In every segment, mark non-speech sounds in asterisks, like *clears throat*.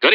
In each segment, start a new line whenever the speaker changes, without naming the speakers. Good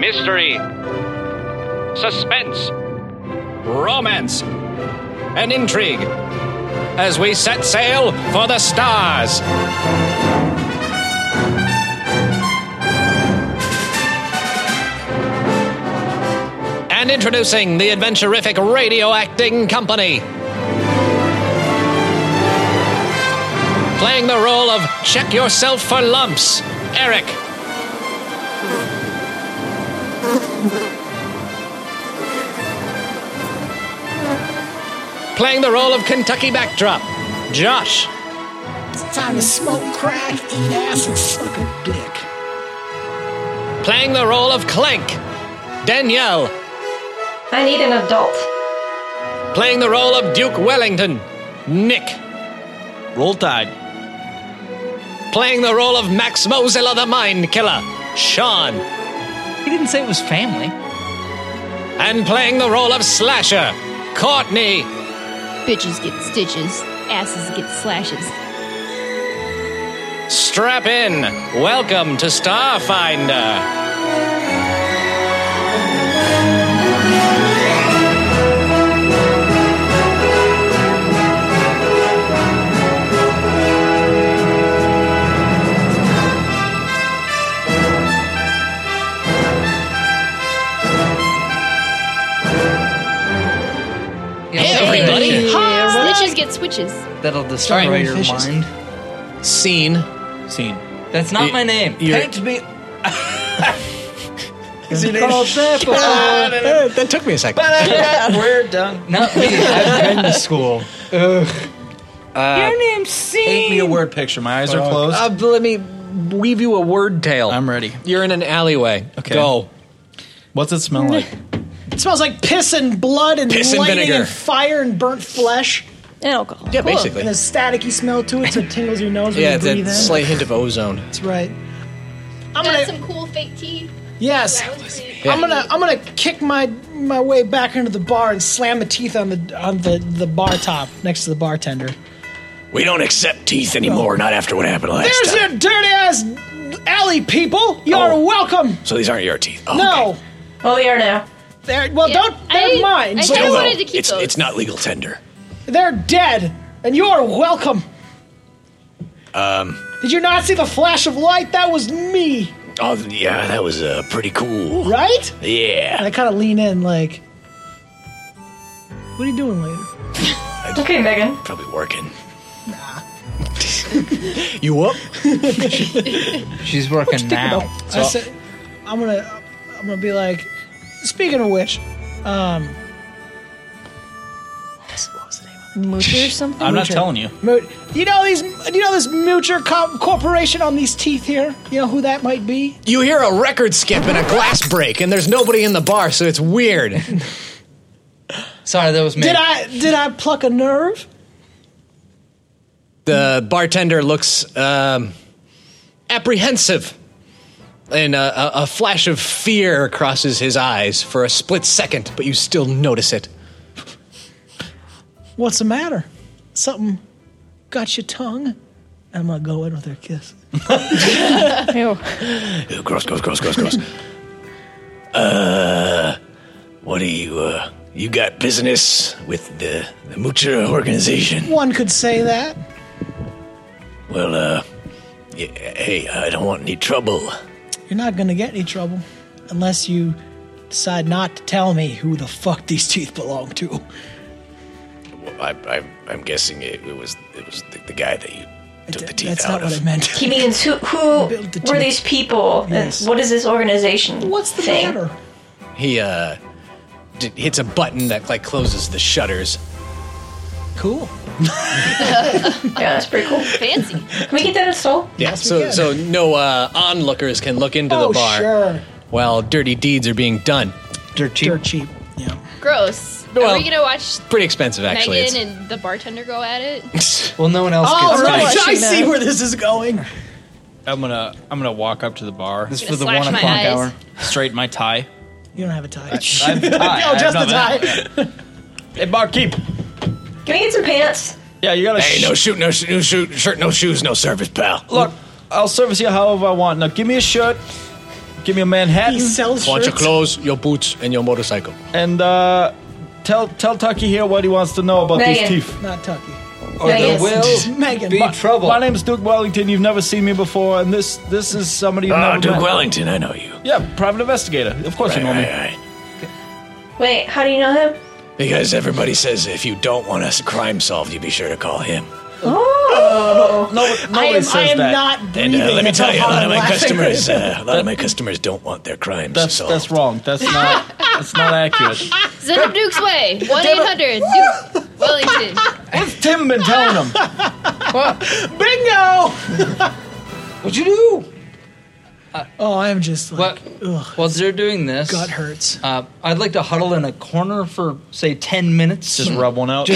Mystery. Suspense. Romance. And intrigue. As we set sail for the stars. And introducing the Adventurific Radio Acting Company. playing the role of Check Yourself for Lumps, Eric. playing the role of Kentucky Backdrop, Josh.
It's time to smoke crack, eat ass, and suck a dick.
Playing the role of Clank, Danielle.
I need an adult.
Playing the role of Duke Wellington, Nick.
Roll Tide.
Playing the role of Max Mozilla the Mind Killer, Sean.
He didn't say it was family.
And playing the role of Slasher, Courtney.
Bitches get stitches, asses get slashes.
Strap in. Welcome to Starfinder. Everybody.
Snitches get switches.
That'll destroy
Alright.
your
Fishes.
mind.
Scene.
Scene.
That's not
Y-
my name.
you're-
Paint
*laughs*
me. Is your name? Called
that took me a second.
uh,
*laughs*
We're done. Not me. I've been to school. your name's
Paint me
C.
a word picture. My eyes are closed.
Uh, let me weave you a word tale.
I'm ready.
You're in an alleyway.
Okay.
Go.
What's it smell like?
It smells like piss and blood and
Piss and
lightning
vinegar.
and fire and burnt flesh.
And alcohol.
Yeah,
And
basically.
a staticky smell to it, so it tingles your nose when
Yeah,
you
it's
breathe in.
a slight hint of ozone.
That's right. I'm
Got
gonna
some cool fake tea.
yes.
That was pretty-
I'm gonna I'm gonna kick my my way back into the bar and slam the teeth on the on the the bar top next to the bartender.
We don't accept teeth anymore, not after what happened last
There's your dirty ass alley people. You're
Oh.
welcome.
So these aren't your teeth. Oh,
No.
Well, they are now.
They're, well,
Yeah,
don't. They're
I-
mine.
I
so
kinda wanted to keep those.
not legal tender.
They're dead, and you're welcome. Um. Did you not see the flash of light? That was me,
Oh, yeah, that was uh, pretty cool.
right? And
Yeah.
I kind of lean in, like, "What are you doing later?"
Okay, Megan.
Probably working. you up?
She's working now.
I said, "I'm gonna, I'm gonna be like." Speaking of which, um, what was the name? of
Moocher or something?
I'm not *laughs* telling you.
it? Mo- You know these? You know this Mutual co- Corporation on these teeth here? You know who that might be?
You hear a record skip and a glass break, and there's nobody in the bar, so it's weird.
Sorry, that was me.
Did I did I pluck a nerve?
the bartender looks um, apprehensive, and a, a, a flash of fear crosses his eyes for a split second, but you still notice it.
What's the matter? Something got your tongue? I'm gonna go in with her kiss.
Ew.
Gross, gross, gross, gross, *laughs* gross. uh, what do you, uh, you got business with the, the Mucha organization?
One could say that.
Well, uh, yeah, hey, I don't want any trouble.
You're not gonna get any trouble unless you decide not to tell me who the fuck these teeth belong to.
I, I, I'm guessing it, it was it was the, the guy that you took the teeth
That's
out
not
of.
what I meant.
He means who, who
Build the
were
team.
these people?
Yes.
And what is this organization?
What's the
thing?
matter?
He uh, d- hits a button that like closes the shutters,
Cool.
Yeah, that's pretty cool. Can
*laughs* Fancy.
we get that installed?
Yeah,
Yes, we
so
can.
so no uh, onlookers can look into
oh,
the bar
sure.
while dirty deeds are being done.
Dirt cheap.
Dirt cheap. Yeah.
Gross.
Well,
Are we gonna watch
Pretty expensive, actually.
Megan and the bartender go at it?
It's-
Well, no one else
Oh,
gets
right.
spanked.
I see where this is going.
I'm gonna I'm gonna walk up to the bar,
This is
I'm
for the
gonna
one
slash my
o'clock
eyes.
hour.
straighten my tie.
You don't have a tie. *laughs*
I'm tie.
oh, just the
I'm not-
tie.
Hey, barkeep.
Can we get some pants?
Yeah, you gotta.
*laughs* hey,
sh-
no shoot, no shoot, no shoot, shirt, no shoes, no service, pal.
Look, I'll service you however I want. Now, give me a shirt. Give me a Manhattan.
He sells
Want your
shirts.
clothes, your boots, and your motorcycle.
and uh, tell tell Tucky here what he wants to know about
Megan.
these teeth.
Not Tucky. Oh,
Or there
Megan.
It's
will
*laughs* Megan.
be
Ma-
trouble.
My name's Duke Wellington. You've never seen me before, and this this is somebody you've never met.
Wellington, I know you.
Yeah, private investigator. Of course you know me.
Wait, how do you know him?
Because everybody says if you don't want a crime solved, you be sure to call him.
Oh,
No, nobody
I am,
says
I am
that.
not
And
breathing.
uh, let me
That's how
tell you, a
hard
lot
I'm
of my
laughing.
customers, uh, a lot of my customers don't want their crimes
That's
solved.
that's wrong. That's not that's not accurate.
Send him Duke's way. One eight hundred Duke Wellington.
What's Tim been telling him?
Bingo!
What'd you do?
Oh, I'm just like,
What?
ugh,
While they're doing this,
gut hurts.
Uh, I'd like to huddle in a corner for say ten minutes.
Just *laughs* rub one out.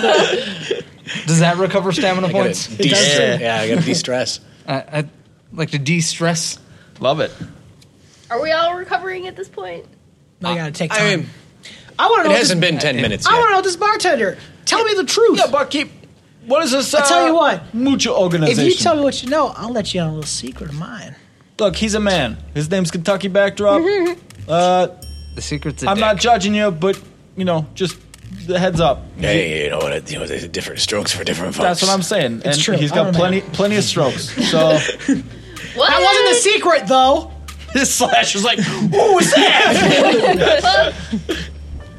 Does that recover stamina
I gotta
points?
de-
does.
yeah, I gotta de-stress.
I, I'd like to de-stress.
Love it.
Are we all recovering at this point?
I gotta take time. I,
I mean,
want to
it
know. This,
hasn't been ten minutes
I want to
yet.
know this bartender. Tell me the truth.
Yeah, barkeep. What is this? Uh,
I tell you what.
Mucha
if
organization.
you tell me what you know, I'll let you in on a little secret of mine.
Look, he's a man. His name's Kentucky Backdrop.
Mm-hmm.
uh,
The secret's.
I'm not judging you, but you know, just the heads up.
Hey, you know what? You know, there's different strokes for different folks.
That's what I'm saying. and
true.
he's
I
got
don't
plenty plenty of strokes. *laughs* So
What?
That wasn't the secret, though.
his slash is like, ooh, is that?
*laughs*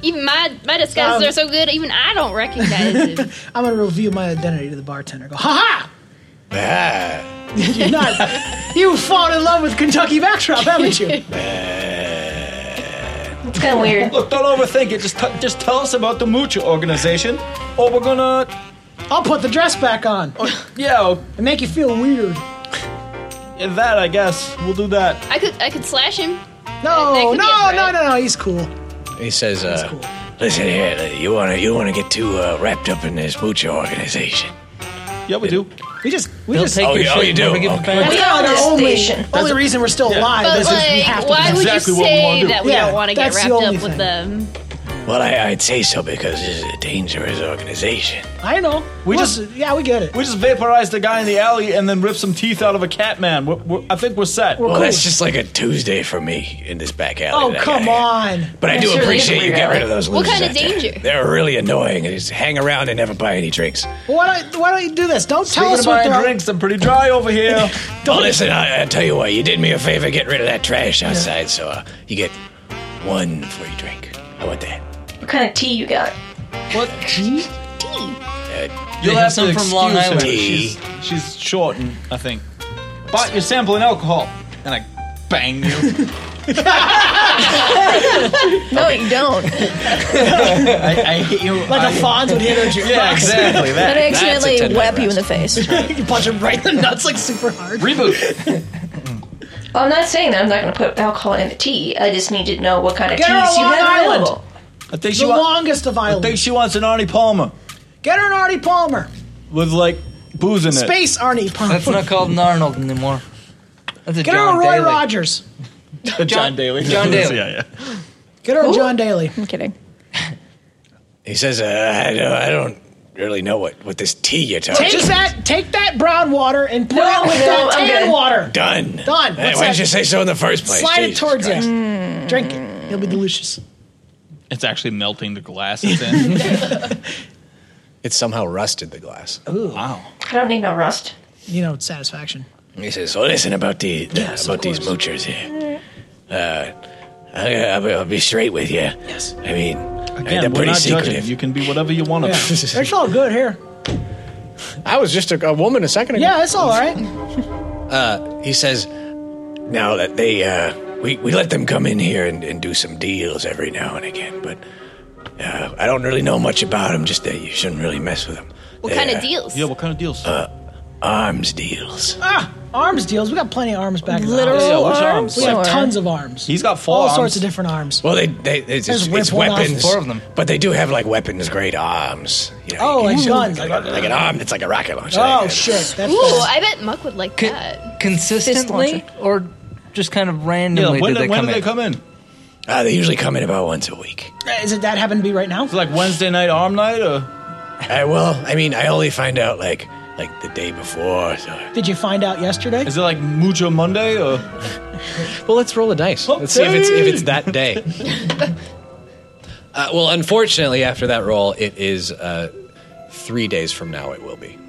Even my my disguises
Um,
are so good. Even I don't recognize it.
I'm gonna reveal my identity to the bartender. Go, ha
Ah,
ha! You're
*laughs*
not. You've fallen in love with Kentucky Backdrop, haven't you?
it's kind of
*laughs*
weird.
Look, don't overthink it. Just t- just tell us about the Mucha organization, or Oh, we're gonna,
I'll put the dress back on
yeah, oh,
and make you feel weird.
that I guess we'll do that.
I could I could slash him. That- that
No,
could
no,
be
no,
it,
no,
right?
no. He's cool.
he says,
He's
uh,
cool.
"Listen here, uh, you wanna you wanna get too uh, wrapped up in this mucho organization."
Yeah, we do.
We just, we
They'll
just.
take
Oh,
your
yeah, oh,
shit
you
and
do?
never give it
Okay.
back.
We
Yeah,
own
the
this
only,
station.
only reason we're still alive
But
is because we have
like,
to.
why would
exactly
you
what we wanna
say
do.
that we
Yeah,
don't want to get
that's the
wrapped up
only
with
thing.
them?
Well, I, I'd say so because this is a dangerous organization.
I know.
We
We
just-
just, yeah, we get it.
We just vaporized the guy in the alley and then ripped some teeth out of a cat man. We're, we're, I think we're set.
Well,
cool.
that's just like a Tuesday for me in this back alley.
oh
that I
come
got here.
on!
But I do
Yeah, sure,
appreciate
they
you
have
get
to
rid of those
What
losers.
kind
out
of
there.
danger?
They're really annoying. They just hang around and never buy any drinks.
Well, why don't why don't you do this? Don't tell
Speaking
us
of
what
buying
they're.
drinks, I'm pretty dry over here. *laughs*
Well, listen, I, I tell you what, you did me a favor getting rid of that trash outside, so uh, you get one free drink. How about that?
What kind of tea you got?
What?
Uh,
You'll have some from Long Island.
Tea.
She's, she's short, and I think. But you're sampling alcohol, and I bang you.
No, you *laughs* don't.
I, I hit you
Like a Fonz would hit *laughs* her jukebox.
Yeah, exactly.
I'd
That
accidentally whap you in the face.
*laughs* you can punch him right in the nuts like super hard.
reboot.
I'm not saying that I'm not going to put alcohol in the tea. I just need to know what kind of
Get
teas
her on
you
Long
have
Island.
available.
I think she
The
wants.
longest of
I think
islands.
she wants an Arnie Palmer
Get her an Artie Palmer.
with like booze in it.
Space Arnie Palmer.
That's not called an Arnold anymore. That's a
Get her
John
a Roy
Daly.
Rogers.
John, Daly.
John Daly.
yeah, yeah.
Get her a John Daly.
I'm kidding.
He says, uh, I, don't, I don't really know what, what this tea you're talking
Take that, take that brown water and put
No,
it with
no,
that
I'm
tan
good.
water.
Done.
Done.
Hey,
What's
why
that?
did you say so in the first place?
Slide it
Jesus
towards
Christ.
you. Mm. Drink it. It'll be delicious.
It's actually melting the glasses in.
It's somehow rusted the glass.
wow.
I don't need no rust.
You know, satisfaction.
He says, "So listen about the, the-
Yes, of
about these
course.
moochers here. Uh, I, I'll, be, I'll be straight with you.
Yes.
I mean,
Again,
they're
we're
pretty
not
secretive.
judging. You can be whatever you want to be.
*laughs* It's all good here.
I was just a, a woman a second ago.
Yeah, it's all right.
He says, "Now that they uh, we we let them come in here and, and do some deals every now and again, but Uh, I don't really know much about them, just that you shouldn't really mess with them.
What kind of deals?
Yeah, what kind of deals?
Uh,
Arms deals.
Ah, arms deals. We got plenty of arms back. in the
Literal
house.
Yeah, which
arms?
We have
Or-
tons of arms.
He's got four
all
arms.
sorts of different arms.
Well, they, they it's, it's,
Just rip
it's
one off,
weapons.
four of them.
But they do have like weapons grade arms. You know,
Oh,
you
like guns.
Like, like an arm that's like a rocket launcher.
Oh
Like, uh,
shit! That's
Ooh,
bad.
I bet Muck would like
Con-
that.
consistently
Fist
or just kind of
yeah,
randomly
when,
did they
when
come
do they
in?
come in?
Uh, they usually come in about once a week.
Is it that happened to be right now?
It's like Wednesday night arm night, or
I, Uh, well, I mean, I only find out like like the day before. So.
Did you find out yesterday?
is it like Mucho Monday, or
Well, let's roll a dice.
Let's see if it's- if it's
that day. *laughs* uh, well, unfortunately, after that roll, it is uh, three days from now. It will be.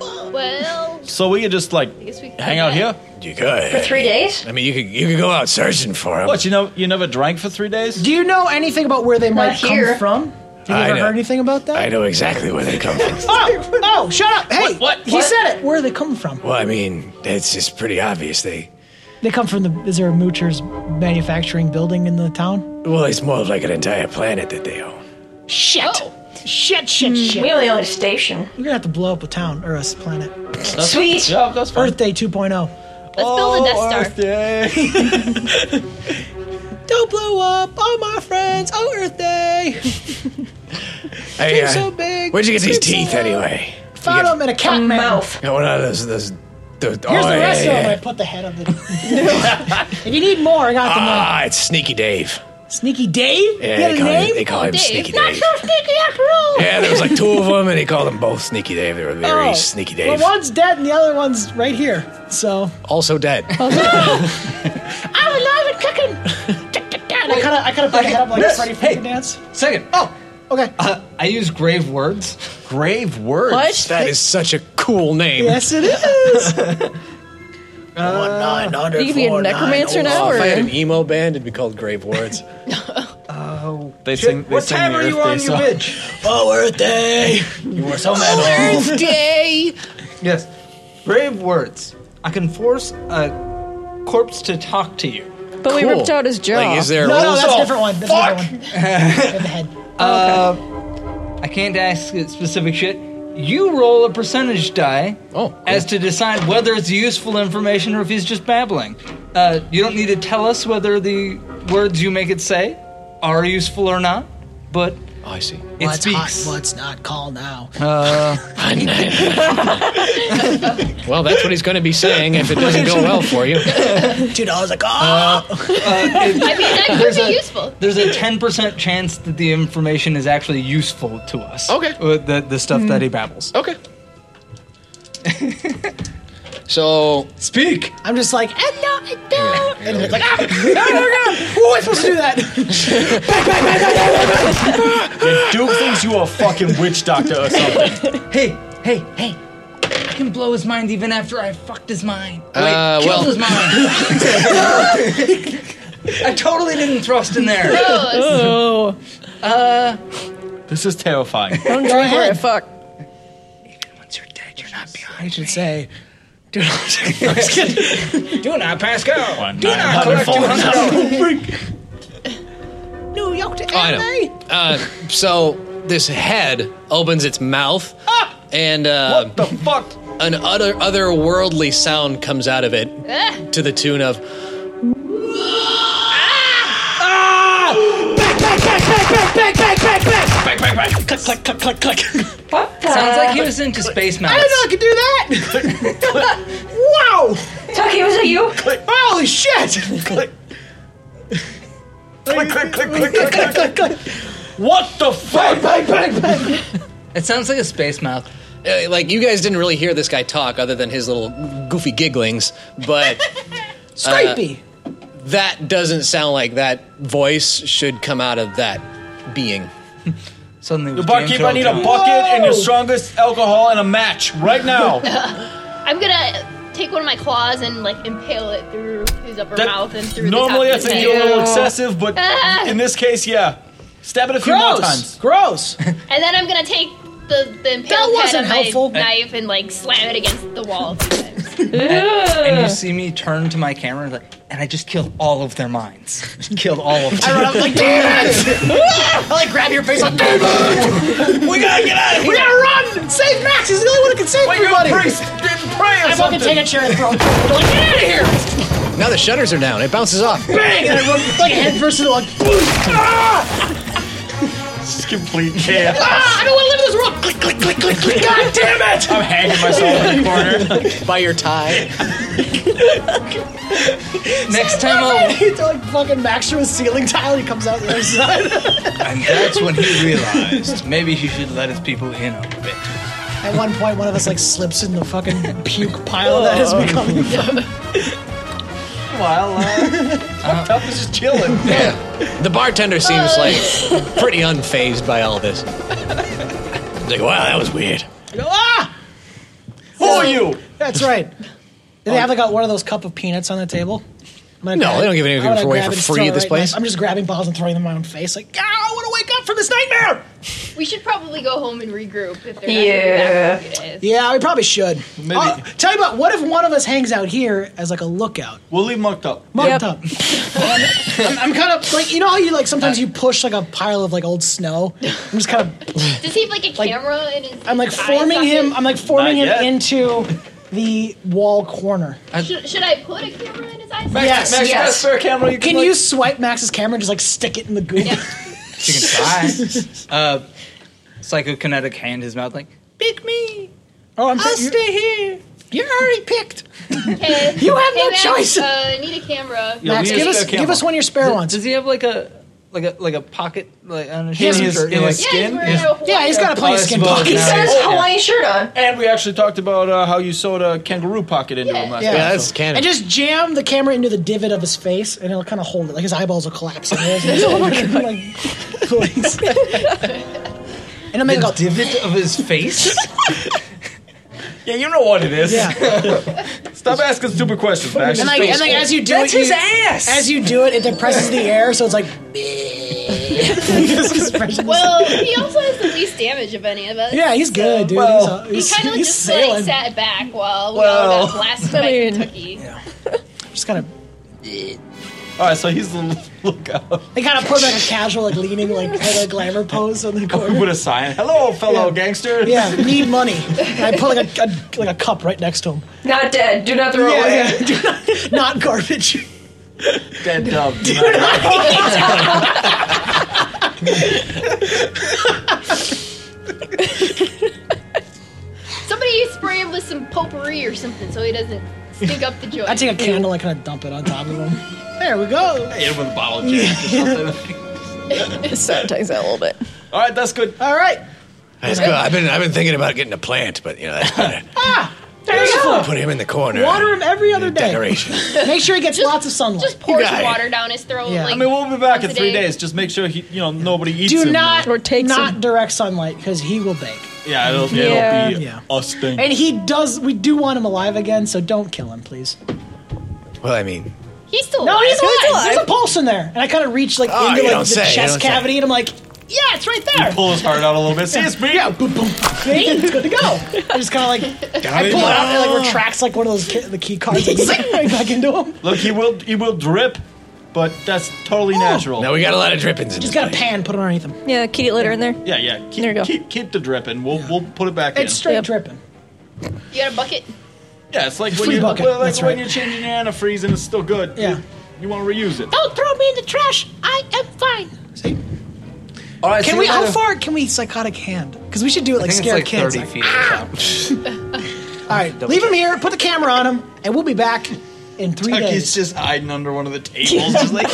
Well,
so we could just like
guess we could
hang out
do
here?
that.
You could
For three days?
I mean, you could you could go out searching for them.
What you know? You never drank for three days.
Do you know anything about where they might
here.
come from? Have you
I
ever
know.
heard anything about that?
I know exactly where they come from.
Oh, oh, shut up! Hey,
What- what-
He
what?
said it. Where do they come from?
well, I mean, it's just pretty obvious. They
They come from the. Is there a Moocher's manufacturing building in the town?
well, it's more of like an entire planet that they own.
Shit! Shit!
Hmm.
Shit! Shit!
We only own a station.
We're gonna have to blow up a town or a planet.
Sweet.
Yeah, that's fine.
Earth Day oh. 2.0.
Let's
Oh,
build a Death Star.
Earth Day.
Don't blow up, all my friends. Oh, Earth Day.
Hey, uh,
so big,
Where'd you get these
they're so
teeth
long.
anyway?
Found
You
them in a cat
A
man.
mouth.
Got one out of those. those those-
Here's
oh,
the rest
yeah,
of them.
yeah.
I put the head on the. *laughs* if you need more, I got them. all.
Ah, it's Sneaky Dave.
Sneaky Dave.
Yeah,
he had a
they call him,
name.
they call him
Dave.
Sneaky
Not
Dave.
sneaky after all.
Yeah, there was like two of them, and they called them both Sneaky Dave. They were very
Oh.
Sneaky Dave.
Well, one's dead and the other one's right here. So
Also dead.
Oh, *laughs* I'm alive and kicking. and I kind of, I kind of put my head up like
Miss,
Freddy
hey.
Freakin' Dance.
Second. Oh,
Okay.
uh, I use grave words.
Grave words.
that is such a cool name.
yes, it *laughs* is.
You could be a necromancer now,
Oh, if I had
or
an emo band, it'd be called
*laughs*
Grave Words.
They sing. They sing the Earth Day song. *laughs*
*laughs* bitch?
oh, Earth Day!
You were so mad.
Day?
*laughs* yes. Grave words. I can force a corpse to talk to you.
But we ripped out his jaw.
Oh, Like, is there
No, no,
rules?
that's a
off.
different one. That's a different one. I have a *laughs* head.
I can't ask it specific shit. You roll a percentage die
Oh, cool.
as to decide whether it's useful information or if he's just babbling. Uh, you don't need to tell us whether the words you make it say are useful or not, but
Oh, I
*laughs*
see.
it
What's
speaks.
hot? What's not? Call now.
well, that's what he's going to be saying if it doesn't go well
*laughs*
for you.
Two dollars oh. a call.
It-
I mean,
*laughs*
that could
a-
be useful.
there's a 10% chance that the information is actually useful to us.
Okay.
Uh, The, the stuff that he babbles.
Okay. *laughs* so,
Speak!
I'm just like, and no, I don't. And it's like, ah, no, Who am I supposed to do *laughs* that?
Duke thinks you a fucking witch doctor or something. *laughs*
Hey, hey, hey. I can blow his mind even after I fucked his mind. Wait,
Uh,
killed
well-
his mind. I *laughs*
*laughs*
totally didn't thrust in there.
Oh,
Oh,
This is terrifying.
don't drink or I fuck.
Once you're dead, you're not behind.
I should say,
*laughs* Do not pass go.
One
Do
nine
not
hundred
collect two
four.
hundred dollars.
New York to
I
LA.
know. Uh, so, this head opens its mouth, and uh,
Ah! what the fuck?
an other otherworldly sound comes out of it to the tune of.
Bang, bang, bang.
Click, click, click, click, click.
What the?
Sounds like he was into space
I
mounts.
didn't know I could do *laughs* that. wow!
Tucky, was it you?
Holy shit!
Click, click, click, click, click, click, click,
*laughs*
click. What the fuck?
It sounds like a space mouth.
Uh, like, you guys didn't really hear this guy talk other than his little goofy gigglings,
*laughs*
but.
Scrapey.
that doesn't sound like that voice should come out of that being.
Suddenly, it was James
Barkeep, I
Earl
need a
Jones.
bucket and your strongest alcohol and a match right now.
I'm gonna take one of my claws and like impale it through his upper
That-
mouth and through
Normally,
the
I
top of his
think
head.
you're a little excessive, but
Ah.
in this case, yeah. Stab it a few more
Gross.
times.
Gross.
And then I'm gonna take the the
That
impaled
wasn't
head of my
helpful.
knife and like slam it against the wall. a few times.
And you see me turn to my camera and like, and I just killed all of their minds. Just killed all of them.
*laughs* I was like, damn it! I like grab your
*laughs*
face, like, damn it! we gotta get out of here! We gotta run! Save Max! He's the only one who can save everybody!
didn't pray or
I fucking take a chair and throw it. I'm like, get out of here!
Now the shutters are down. It bounces off.
Bang! And I run like head first into *laughs* like, boom! Ah!
It's complete chaos.
ah! I don't want to live in this world! Click, click, click, click, click! *laughs* God damn it!
I'm hanging myself in the corner.
by your tie.
Next time I'll.
They're like fucking Max through a ceiling tile. He comes out the other side. *laughs*
And that's when he realized maybe he should let his people in a bit.
At one point, one of us like slips in the fucking puke pile that has become. *laughs*
While uh, Octopus is chilling.
Yeah. The
Uh.
bartender seems like pretty unfazed by
*laughs*
all this. He's like, wow, that was weird.
ah!
Who are you?
That's *laughs* right. Do they have like a, one of those cup of peanuts on the table? I'm gonna
No,
grab-
they don't give anything
I'm gonna
away
grab
for
it and
free
throw it
at this
right in my-
place.
I'm just grabbing bottles and throwing them in my own face. Like, ah, I want to wake up from this nightmare.
We should probably go home and regroup if they're
Yeah.
not gonna be that focused.
Yeah, we probably should.
Maybe-
Oh, tell you what. What if one of us hangs out here as like a lookout?
We'll leave him up.
Mucked *laughs* up. I'm, I'm kind of like you know how you like sometimes you push like a pile of like old snow. I'm just kind of
Does he have like a camera in
*laughs*
his?
I'm like
his eye
forming him.
socket?
I'm like forming
Not
him
yet.
into the wall corner.
should, should I put a camera in his eyes?
Yes.
Max, you got a
yes.
spare camera? You can,
Can
like-
you swipe Max's camera and just like stick it in the goo?
She can
*laughs*
try. uh, psychokinetic hand his mouth like, pick me.
Oh, I'm
I'll
saying-
stay here.
*laughs* You're already picked.
Okay.
You have
Hey,
no
Max,
choice.
Uh, I need a camera.
Yeah,
Max,
we need
give
a
us
spare
give
camera.
us one of your spare ones.
Does he have like a like a like a pocket like on his
In
shirt?
his,
or,
in
like-
his
Yeah,
skin?
he's wearing a Hawaiian-
Yeah, he's got a plenty of
Oh, I
skin
suppose,
pockets.
He
yeah.
says Hawaiian shirt on.
And we actually talked about uh, how you sewed a kangaroo pocket into him last
Yeah.
time.
Yeah, that's
And
canon.
just jam the camera into the divot of his face, and it'll kind of hold it. Like his eyeballs will collapse. in there. oh my *laughs* god! and I'm oh, gonna
The
go.
divot of his face.
*laughs* Yeah, you know what it is.
Yeah,
Stop asking stupid questions, Max.
and like, and like as you do
That's
it,
his
you,
ass.
as you do it, it depresses the air, so it's like. *laughs*
Well, he also has the least damage of any of us.
yeah, he's good, dude.
Well,
He's-
He
he's
kind of
he's
just
sailing.
like sat back while we all
Well,
got
*laughs*
blasted
I
by
mean-
Kentucky.
just kind of.
All right, so he's the lookout.
They kind of put like a casual, like leaning, like kind of glamour pose on the corner.
We put a sign. Hello, fellow
Yeah.
gangster.
Yeah, need *laughs* money. And I put like a, a like a cup right next to him.
Not dead. Do not throw away. *laughs*
Yeah, yeah. *laughs* not garbage.
Dead dub.
Somebody spray him with some potpourri or something so he doesn't stink up the joint.
I take a candle and kind of dump it on top of him. There we go.
*laughs* Hit him with a bottle of gin.
Sanitize that a little bit.
All right, that's good.
All right.
That's good. I've been I've been thinking about getting a plant, but you know that's
*laughs*
not it.
Ah, There you go.
Put him in the corner.
Water him every other day.
Decoration.
*laughs* Make sure he gets lots of sunlight.
just pour
got
some
it.
water down his throat.
Yeah.
Like,
I mean, we'll be back in
once a
three
day.
days. Just make sure he, you know, nobody eats him.
uh,
Do not
Or take
not
some.
direct sunlight because he will bake.
Yeah, it'll,
Yeah.
it'll be
Yeah.
us thing.
And he does. We do want him alive again, so don't kill him, please.
Well, I mean,
He's still
No,
alive.
Oh, he's alive.
alive.
There's a pulse in there, and I kind of reach like
Oh,
into
you
like the
don't say, you
chest
don't say.
cavity, and I'm like, yeah, it's right there.
Pull his heart out a little bit. See,
*laughs*
it's me. Yeah,
Boom, boom. See, it's *laughs* good to go. I just kind of like I pull it out and it,
*laughs*
like retracts like one of those ki- the key cards and zing, right back into
*laughs*
him.
Look, he will, he will drip, but that's totally natural.
no, we got a lot of drippings in
Just
this
got a
place.
pan, put it underneath him.
*laughs* Yeah, kitty litter in there.
Yeah, yeah. Keep,
There you go.
Keep, keep the dripping. We'll we'll put it back
It's
in.
straight
Yep.
dripping.
You got a bucket?
Yeah, it's like when
Free
you
bucket,
well, like
that's
when
right.
you're changing your antifreeze and it's still good.
Yeah.
You, want to reuse it.
Don't throw me in the trash. I am fine. See?
All right,
Can we? How far can we psychotic hand? Because we should do it like
I think it's
scare
like
kids.
thirty
Like,
feet. or
*laughs*
something.
All right, leave him here. Put the camera on him, and we'll be back in three
Tucky's
days.
just hiding under one of the tables, just like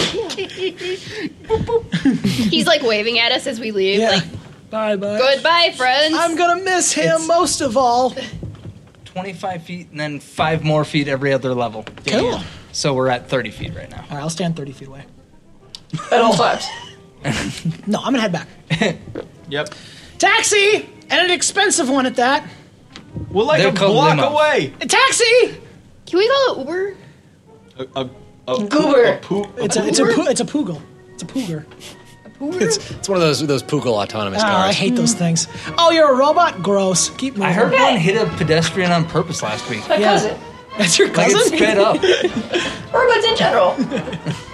He's like waving at us as we leave.
yeah.
Like,
bye bye.
goodbye, friends.
I'm gonna miss him
It's-
most of all.
Twenty-five feet, and then five more feet every other level.
Cool.
So we're at thirty feet right now.
All right, I'll stand thirty feet away.
At all times.
No, I'm gonna head back.
Yep.
Taxi, and an expensive one at that.
We're like
They're
a
called
block
limo.
away.
A taxi.
Can we call it Uber?
A, a, a
Goober.
Poop, a poop, a
It's a it's a poo- it's a poogle. It's a pooger.
Uber?
It's, it's one of those those Poogle autonomous
Oh, I
cars.
hate those things. Oh, you're a robot? Gross. Keep moving.
I heard one hit a pedestrian on purpose last week.
My
Yeah.
cousin.
That's your
Like it
cousin?
sped up.
Robots in general.
*laughs*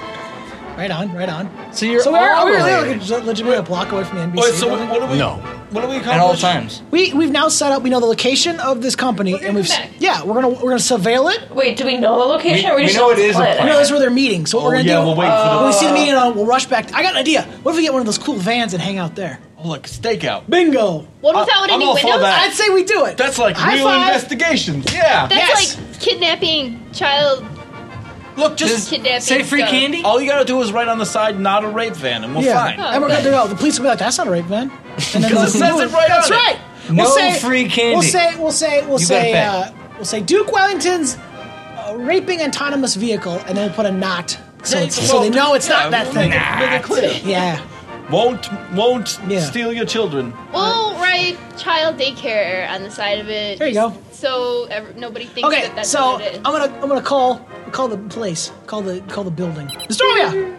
Right on, right on.
So you're
So we're,
all
we're
the way
really legit- legitimately a block away from the NBC.
Wait, so
building.
what, what do we?
No.
What do we accomplish?
at all times.
we we've now set up. We know the location of this company, and we've s-
back.
yeah, we're gonna we're gonna surveil it.
Wait, do we know the location?
We-
or we
we
just
know
it's
it is a
split?
plan.
No, that's where they're meeting. So what we're
Oh,
gonna
yeah,
do?
we'll wait for the- uh,
when we see the meeting on, we'll rush back. I got an idea. What if we get one of those cool vans and hang out there?
Oh, look, stakeout.
Bingo!
One without
I'm
any
all for
windows?
that.
I'd say we do it.
That's like
High
real
five.
investigations. Yeah.
That's
Yes.
like kidnapping child.
Look, just
Kidnapping
Say free
stuff.
candy?
all you gotta do is write on the side, not a rape van, and we're
yeah.
fine.
And we're gonna do it. The police will be like, "That's not a rape van."
*laughs*
And then *laughs* they'll-
it says it right
That's
on it.
right.
No
We'll say-
free candy.
We'll say we'll say we'll
You
say uh,
gotta
we'll say Duke Wellington's uh, raping autonomous vehicle, and then we'll put a knot. So, it's, so they know it's not that thing. Yeah.
Won't won't
Yeah.
steal your children.
We'll write child daycare on the side of it.
There you
just
go.
So ev- nobody thinks
Okay.
that that's
So
what it
I'm
is.
gonna I'm gonna call call the place. Call the call the building. Nostrovia.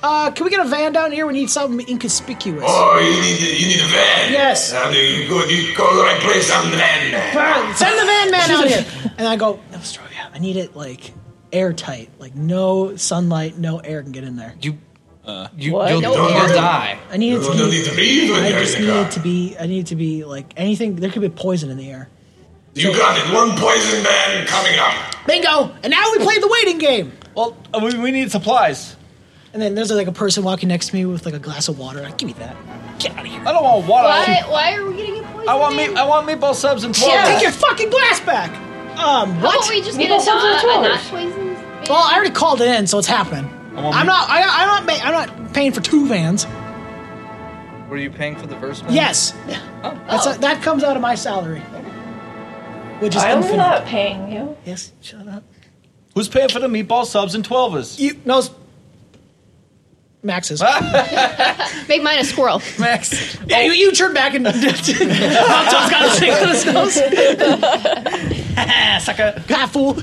Uh, can we get a van down here? We need something inconspicuous.
Oh, you need you need a van.
Yes.
Uh, you go you go to the right place. I'm the van.
Fine, Send the van man out here. And I go, Nostrovia, I need it like airtight. Like no sunlight, no air can get in there.
You, you,
What?
you'll,
No
you'll
air.
die.
I need it
You don't need
to be.
to breathe when
I
you're
just
in
need
the car.
it to be. I need it to be like anything. There could be poison in the air.
You got it. One poison man coming up.
Bingo! And now we play the waiting game.
Well, uh, we, we need supplies.
And then there's like a person walking next to me with like a glass of water. Like, Give me that. Get out of here. Oh,
I don't want water.
Why, why are we getting a poison?
I want
me.
meat. I want meatball subs and twelve.
Yeah, take your fucking glass back. Um,
How about
what?
we just
You
get
got
a
some
not,
sort
a
of
not
choice.
poison?
Well, I already called it in, so it's happening.
want
I'm
me-
not. I, I'm not. ma- I'm not paying for two vans.
Were you paying for the first one?
Yes. That's
Oh.
that comes out of my salary, which is
I'm
infinite.
not paying you.
Yes. Shut up.
Who's paying for the meatball subs and twelvers?
You no. it's- Max is.
Make mine a squirrel.
Max.
Yeah, you, you turn back and *laughs* Monto's got to sink to his nose. *laughs*
Sucker.
God, fool. All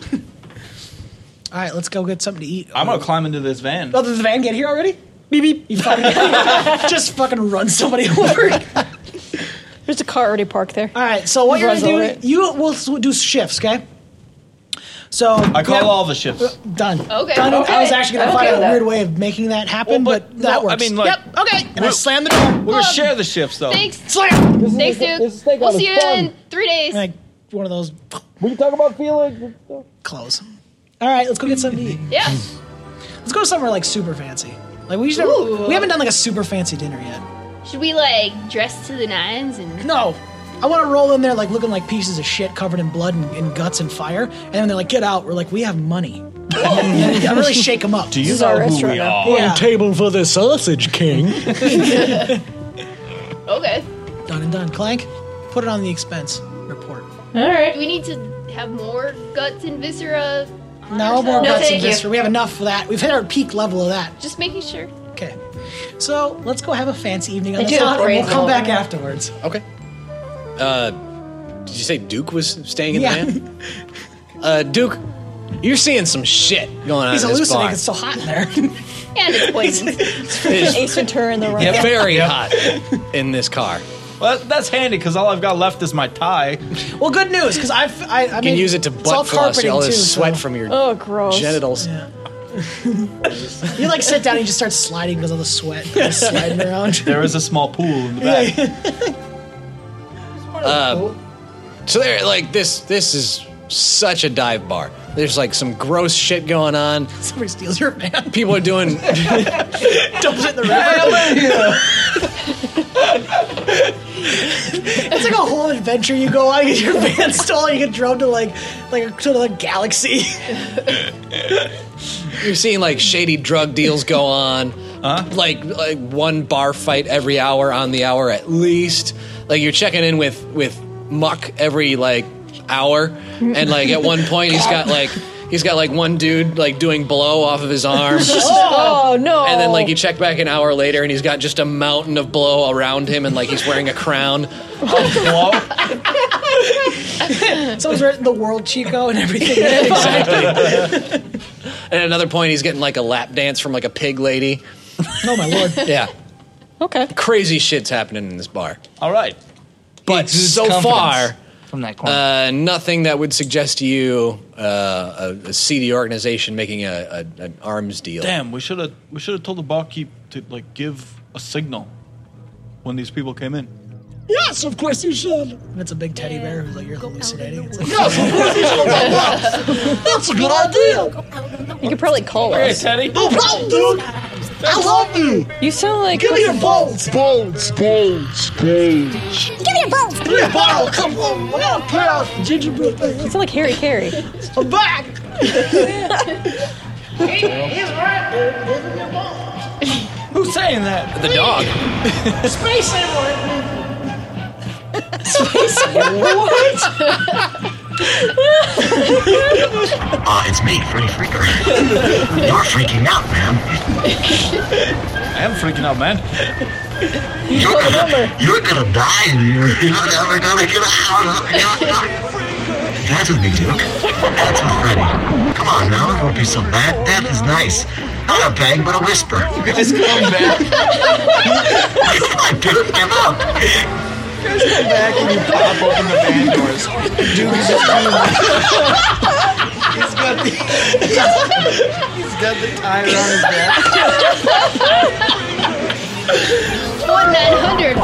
right, let's go get something to eat.
I'm gonna climb into this van.
Oh, did the van get here already? Beep beep. You fucking *laughs* just fucking run somebody *laughs* over. All
There's a car already parked there.
right, so what you're
Runs
gonna do?
over it.
You will s- do shifts, okay? So
I call all the shifts.
done.
Okay.
Done. I was
Okay.
actually gonna
I'm
find a
okay with that.
weird way of making that happen,
Well,
but,
but
that
no, I
works.
mean, like-
yep. Okay. And I
We're-
slam the door.
We're gonna share the shifts though.
Thanks.
Slam.
Thanks, Duke. We'll see you in three days.
Like one of those
We can talk about feelings.
clothes. All right, let's go get something to eat.
Yeah.
Let's go somewhere like super fancy. Like we should. we haven't done like a super fancy dinner yet.
Should we like dress to the nines and
No, I want to roll in there like looking like pieces of shit covered in blood and, and guts and fire, and then they're like, "Get out!" We're like, "We have money." *laughs* I really shake them up.
This is our restaurant now.
Yeah.
table for the sausage king.
okay?
Done and done. Clank, put it on the expense report.
All
Do
right.
we need to have more guts and viscera? on
No more
No,
ourselves?
guts and
thank you.
viscera. We have enough of that. We've hit our peak level of that.
Just making sure.
Okay. So let's go have a fancy evening on
I
the
do
yacht, and we'll
appraisal.
come back afterwards.
Okay. Uh, did you say Duke was staying in
Yeah.
the van? Uh, Duke, you're seeing some shit going on
*laughs* He's
in this
hallucinating.
barn.
It's so hot in there.
And
*laughs*
it's poison.
It is
Ace Ventura in the right.
very hot in this car.
Well, that- that's handy because all I've got left is my tie.
well, good news because I've I, I
You
mean,
can use it to
it's all
butt floss
carpeting
all this
too,
sweat
so-
from your
Oh, gross.
genitals.
Yeah. *laughs* you like sit down and you just start sliding because of the sweat
*laughs*
You're sliding around.
There is a small pool in the back.
So there, like this, this is such a dive bar. There's like some gross shit going on.
*laughs* Somebody steals your
*laughs*
man,
People are doing
*laughs* dumps it in the river. *laughs* It's like a whole adventure you go on. You
*laughs*
get your van stolen. You get drove to like like to the galaxy. *laughs*
You're seeing like shady drug deals go on, like like one bar fight every hour on the hour at least. Like you're checking in with with Muck every like hour, and like at one point he's got like he's got like one dude like doing blow off of his arm,
*laughs* Oh no.
and then like you check back an hour later and he's got just a mountain of blow around him, and like he's wearing a crown.
Hello?
Someone's written the world Chico and everything.
*laughs* And at another point he's getting like a lap dance from like a pig lady.
oh my lord!
Yeah,
okay.
crazy shit's happening in this bar.
All right.
But
exudes
so
confidence.
far,
from that corner.
Uh, nothing that would suggest to you uh, a, a seedy organization making a, a, an arms deal.
Damn, we should have we should have told the barkeep to like give a signal when these people came in.
Yes, of course you should. And it's a big teddy bear who's like, you're hallucinating. It's like,
That's a good idea.
You could probably call us.
Teddy.
No problem, dude. I love you.
You sound like
Give me your balls.
Bones, bones, bones.
Give me your balls.
Give me a bottle. Come on. I gotta play out some gingerbread
you
things.
sound like Harry Carey.
I'm
*laughs*
back.
Who's saying that?
The dog.
Ah, it's me, Freddy Freaker. *laughs* You're freaking out, man.
I am freaking out, man.
You're gonna, you're gonna die. You're, you're never gonna get out. You're not. That's me, Duke. That's me, Freddy. Come on now, don't be so bad. Death is nice. Not a bang, but a whisper. It's coming back. I picked him up.
Back when you pop open the van doors. Dude, he's just kind of like- He's got the he's got the tire on his back.
One nine hundred.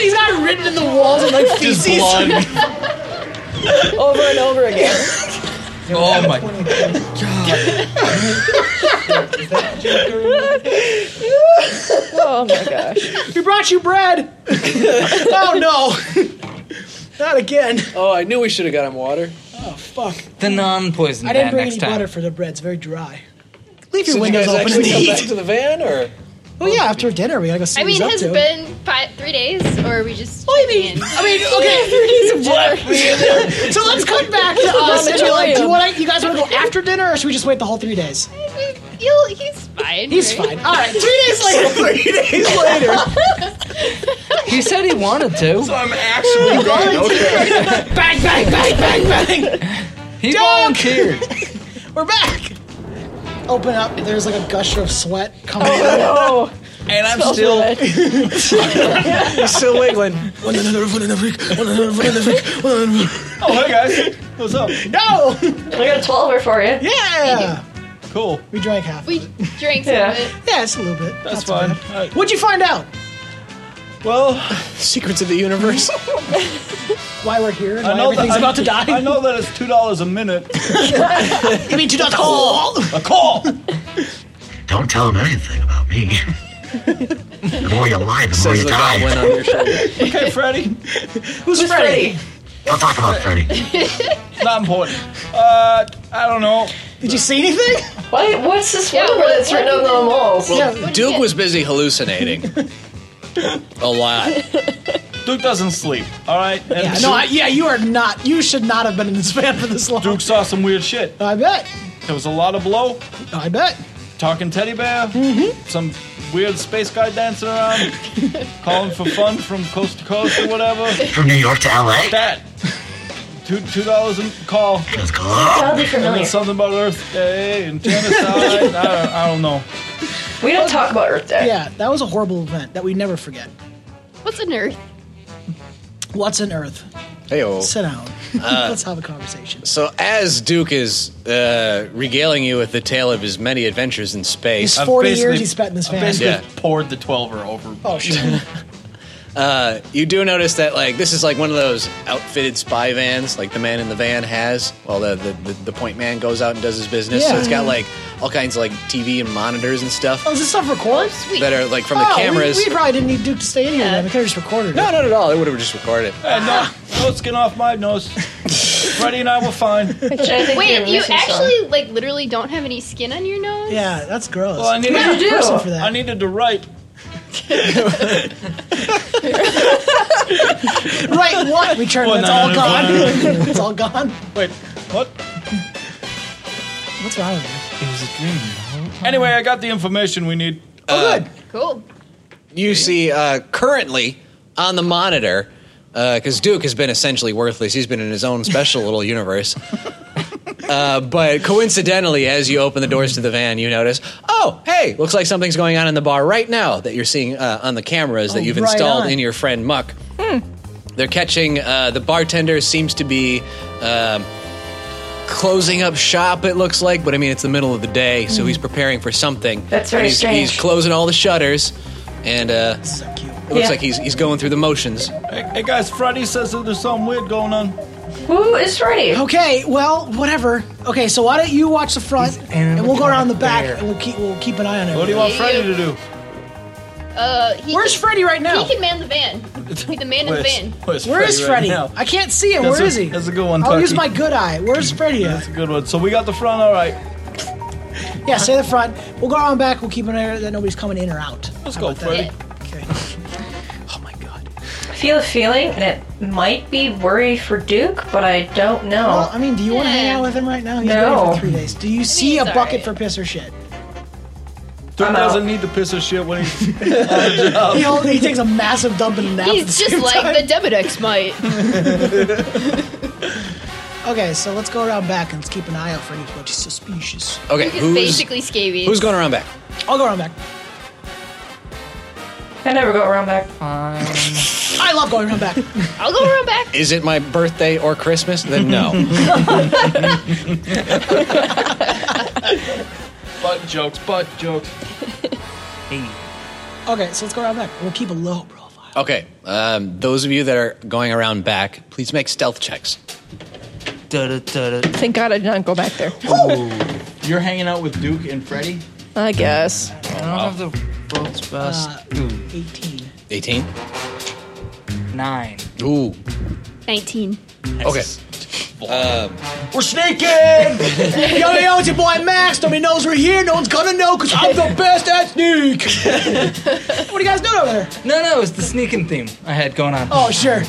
he's not written in the walls and like
Just blood.
*laughs*
over and over again.
Oh my!
Oh my gosh.
We brought you *laughs* bread. oh no, not again.
Oh, I knew we should have got him water.
Oh fuck!
The non-poison
I didn't
man
bring
next
any
time.
butter for the bread. It's very dry. Leave your
Did you
windows
guys
open and
actually come back
eat.
to the van, or
Well, yeah, after dinner we gotta go see
I
what
mean,
he's
has
up
it
to.
been five, three days, or are we just?
I mean, I mean, *laughs* okay. *laughs* so let's come back *laughs* to us and be like, do you, want to, you guys *laughs* want to go after dinner, or should we just wait the whole three days?
He'll, he's fine.
He's
right?
fine. All right, three days later. three days later.
He said he wanted to.
I'm actually right. Okay.
bang, bang, bang, bang, bang. *laughs*
He volunteered.
We're back. Open up. There's like a gusher of sweat coming. out.
Oh,
And I'm still
still wiggling? *laughs*
Oh hey guys. What's up?
No. *laughs*
I got a 12 for you.
Yeah.
Cool.
We drank half.
We drank some
Yeah.
of it.
yeah, it's a little bit. Not
That's
so
fine.
bad.
Alright.
What'd you find out?
Well,
Secrets of the universe.
Why we're here and
I
why
know that
everything's
I-
about to die?
I know that it's two dollars a minute.
You mean *laughs* to not call?
A *laughs* call.
Don't tell him anything about
*laughs*
me. the more you lie, the more
Says
you
the
die.
goblin on your shoulder.
Okay, Freddy.
Who's Freddy?
Don't talk about Freddy.
Not important. Uh, I don't know.
*laughs* Did you see anything?
Why, what's this one where that's written on the walls?
Duke was busy hallucinating. *laughs* A lot.
Duke doesn't sleep. All right. And
Yeah,
Duke,
no, I, yeah, you are not. You should not have been in this van for this long.
Duke saw some weird shit.
I bet.
There was a lot of blow,
I bet.
talking teddy bear, some weird space guy dancing *laughs* around, calling for fun from coast to coast or whatever.
From New York to L.A.
That. Two two dollars a call.
Let's go.
I'll be
And then
familiar.
something about Earth Day and genocide. I, don't, I don't know.
We don't talk about Earth Day.
Yeah, that was a horrible event that we never forget.
What's a nerd?
What's an Earth?
Hey,
Sit down. *laughs* Uh, Let's have a conversation.
so as Duke is uh, regaling you with the tale of his many adventures in space,
He's- 40 years he spent in this
I
van.
basically
Yeah.
poured the twelver over.
*laughs* Oh shit!
you do notice that like this is like one of those outfitted spy vans, like the man in the van has. While the the, the, the point man goes out and does his business, so
Yeah.
it's got like all kinds of like TV and monitors and stuff
oh, is this stuff record?
Sweet.
that are like from the
oh, we-
cameras.
We, probably didn't need Duke to stay in here. Then. We could have just recorded it.
no, not at all. It would have just recorded. it.
And no, no skin off my nose. Freddy and I were fine.
Which I think you're
Wait, you
missing
actually like literally don't have any skin on your nose?
Yeah, that's gross.
Well, I needed,
some. You do.
person for that.
I needed to write.
*laughs* right? What? We turned.
Well,
it's
no,
all
no, no,
gone.
no,
it's all gone. *laughs*
Wait, what?
What's wrong with you?
Anyway, I got the information we need.
Oh, good.
Cool.
You see, uh, currently on the monitor, uh, because Duke has been essentially worthless. He's been in his own special little universe. *laughs* Uh, but coincidentally, as you open the doors to the van, you notice, oh, hey, looks like something's going on in the bar right now that you're seeing uh, on the cameras that
Oh,
you've
right
installed
on.
in your friend Muck.
Hmm.
They're catching uh, the bartender seems to be um, closing up shop. It looks like, but I mean, it's the middle of the day, so he's preparing for something.
Hmm. That's very
And he's,
strange.
He's closing all the shutters, and uh, it looks
Yeah.
like he's he's going through the motions.
Hey, hey guys, Freddy says that there's something weird going on.
Who is Freddy?
Okay, well, whatever. Okay, so why don't you watch the front and we'll go around the back and we'll keep we'll keep an eye on it.
What do you want Freddy to do?
Uh, he
Where's
can-
Freddy right now?
He can man the van. He's the man in the
Where's-
van.
where's
Where is
Freddy
Freddy?
right now?
I can't see him.
That's
Where
a-
is he?
that's a good one,
I'll use
Tucky.
my good eye. Where's Freddy? At?
That's a good one. So we got the front all right.
Yeah, stay in the front. We'll go around back. We'll keep an eye that nobody's coming in or out. Oh,
Let's
How
go,
about that?
Freddy.
I feel a feeling, and it might be worry for Duke, but I don't know.
Well, I mean, do you want to hang out with him right now? He's
No.
been here for three days. Do you see a bucket for piss or shit?
Dude doesn't need to piss his shit when *laughs* he's on the job.
He, only, he takes a massive dump and a nap.
He's just like the Demodex might.
Okay, so let's go around back and let's keep an eye out for anybody suspicious.
Okay,
He's
who's
basically scabies.
who's going around back?
I'll go around back.
I never go around back.
I love going around back.
I'll go around back.
Is it my birthday or Christmas? Then
*laughs*
no.
Butt jokes, butt jokes.
Okay, so let's go around back. We'll keep a low, bro.
Okay, um, those of you that are going around back, please make stealth checks.
Thank God I did not go back there.
You're hanging out with Duke and Freddy?
I guess.
I don't have the world's best.
Uh,
18.
18?
9.
Ooh.
19.
Okay. Um,
We're sneaking! *laughs* yo, yo, it's your boy Max. Nobody knows we're here. No one's gonna know because I'm the best at sneak. what are you guys doing over there?
No, no, it's the sneaking theme I had going on.
Oh, sure.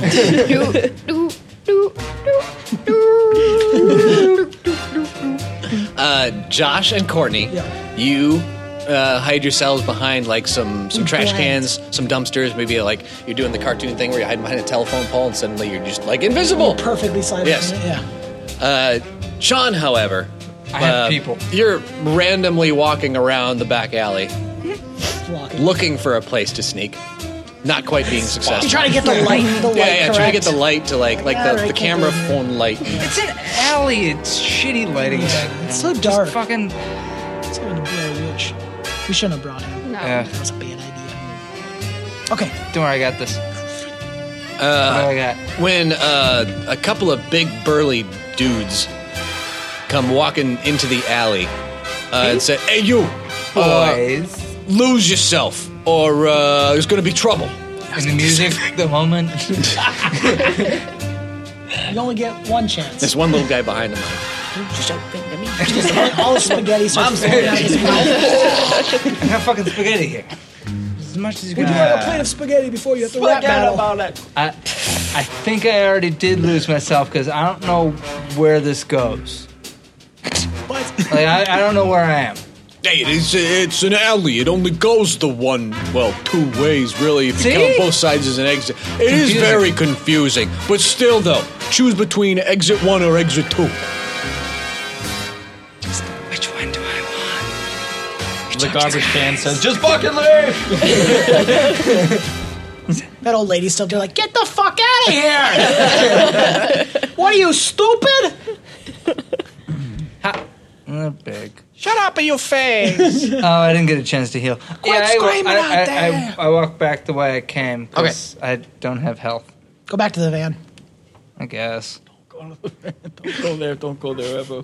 uh, Josh and Courtney, you uh, hide yourselves behind like some some trash
Blinds.
cans, some dumpsters. Maybe like you're doing the cartoon thing where you hide behind a telephone pole and suddenly you're just like invisible.
Perfectly silent.
Yes.
Yeah.
Uh, Sean, however, I have people. You're randomly walking around the back alley, looking for a place to sneak. Not quite being successful.
You're trying to get the
*laughs*
light- the light
yeah, yeah. Trying to get
correct.
the light to like, like
Yeah,
the,
I
the
can't
camera
do that.
phone light.
It's an alley. It's shitty lighting.
It's so dark.
fucking.
It's gonna be a witch. We shouldn't have brought him.
No.
That was a bad idea. Okay.
Don't worry, I got this.
Uh, When uh, a couple of big burly dudes come walking into the alley uh, and say, "Hey, you, uh, lose yourself, or uh, there's going to be trouble."
And the music, the moment. *laughs*
You only get one chance.
There's one little guy behind him.
Just all the spaghetti
*laughs*
starts
Mom's
falling out of his mouth.
I got fucking spaghetti here. As much as you
Would
can.
you like a plate of spaghetti before you have to rap
Forget
battle?
about I, I think I already did lose myself because I don't know where this goes. What? Like I, I don't know where I am.
Hey, it's, it's an alley. It only goes the one, well, two ways, really, if you
See?
count both sides as an exit. It is
Confusing.
very confusing. But still, though, choose between exit one or exit two.
Which one do I
The garbage can says, just fucking leave!
That old lady still there, like, get the fuck out of here! what are you, stupid?
want? Big.
Shut up, you face!
*laughs* oh, I didn't get a chance to heal.
Quit
I-
screaming
I,
out
I,
there.
I, I, walked back the way I came because I don't have health.
Go back to the van.
I guess.
don't go there, don't go there, ever.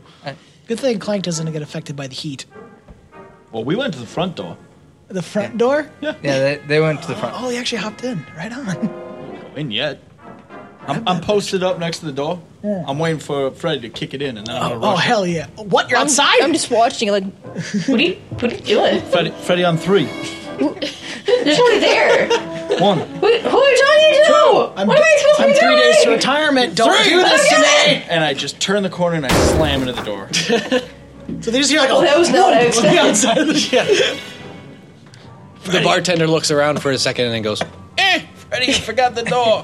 Good thing Clank doesn't get affected by the heat.
Well, we went to the front door.
The front door? Yeah,
they, they went to the front.
Oh, he actually hopped in. Right
Oh,
on.
in yet. I'm, I'm posted up next to the door.
Yeah.
I'm waiting for Freddy to kick it in, and then I'm gonna
Oh,
rush it.
hell yeah. What? You're
I'm-
outside?
I'm just watching, like,
what are you, what are you doing?
Freddy, Freddy on three.
There's nobody there.
One.
Wait, who are you talking to?
I'm
what am I supposed to
I'm
be doing?
three days to
retirement.
Don't do this to
Okay.
me! And I just turn the corner and I slam into
*laughs*
the door.
So they just hear like, *laughs*
Oh, that was not what I expected.
*laughs*
outside of the shit.
The bartender looks around for a second and then goes,
eh, Freddy, you forgot the door.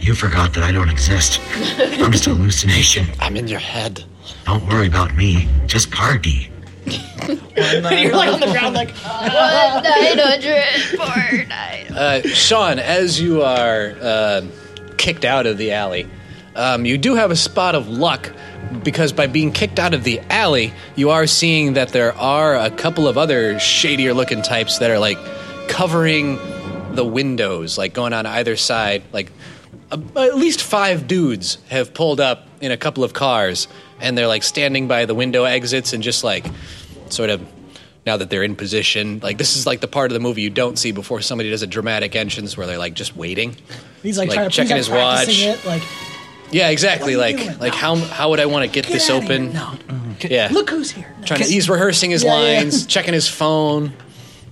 You forgot that I don't exist. I'm just a hallucination.
I'm in your head.
Don't worry about me. Just Cargi.
You're like on the ground, like.
Uh, Sean, as you are uh, kicked out of the alley, um, you do have a spot of luck because by being kicked out of the alley, you are seeing that there are a couple of other shadier looking types that are like covering the windows, like going on either side. Like a, at least five dudes have pulled up in a couple of cars and they're like standing by the window exits and just like sort of now that they're in position. Like this is like the part of the movie you don't see before somebody does a dramatic entrance where they're like just waiting.
He's like,
Like,
trying to
checking
he's, like,
his watch.
practicing It, like,
Yeah, exactly.
What are you
Like
doing?
like how how would I want to get, this
outta here.
open?
No.
Yeah.
look who's here.
Trying to, he's rehearsing his
Yeah, yeah.
lines, checking his phone.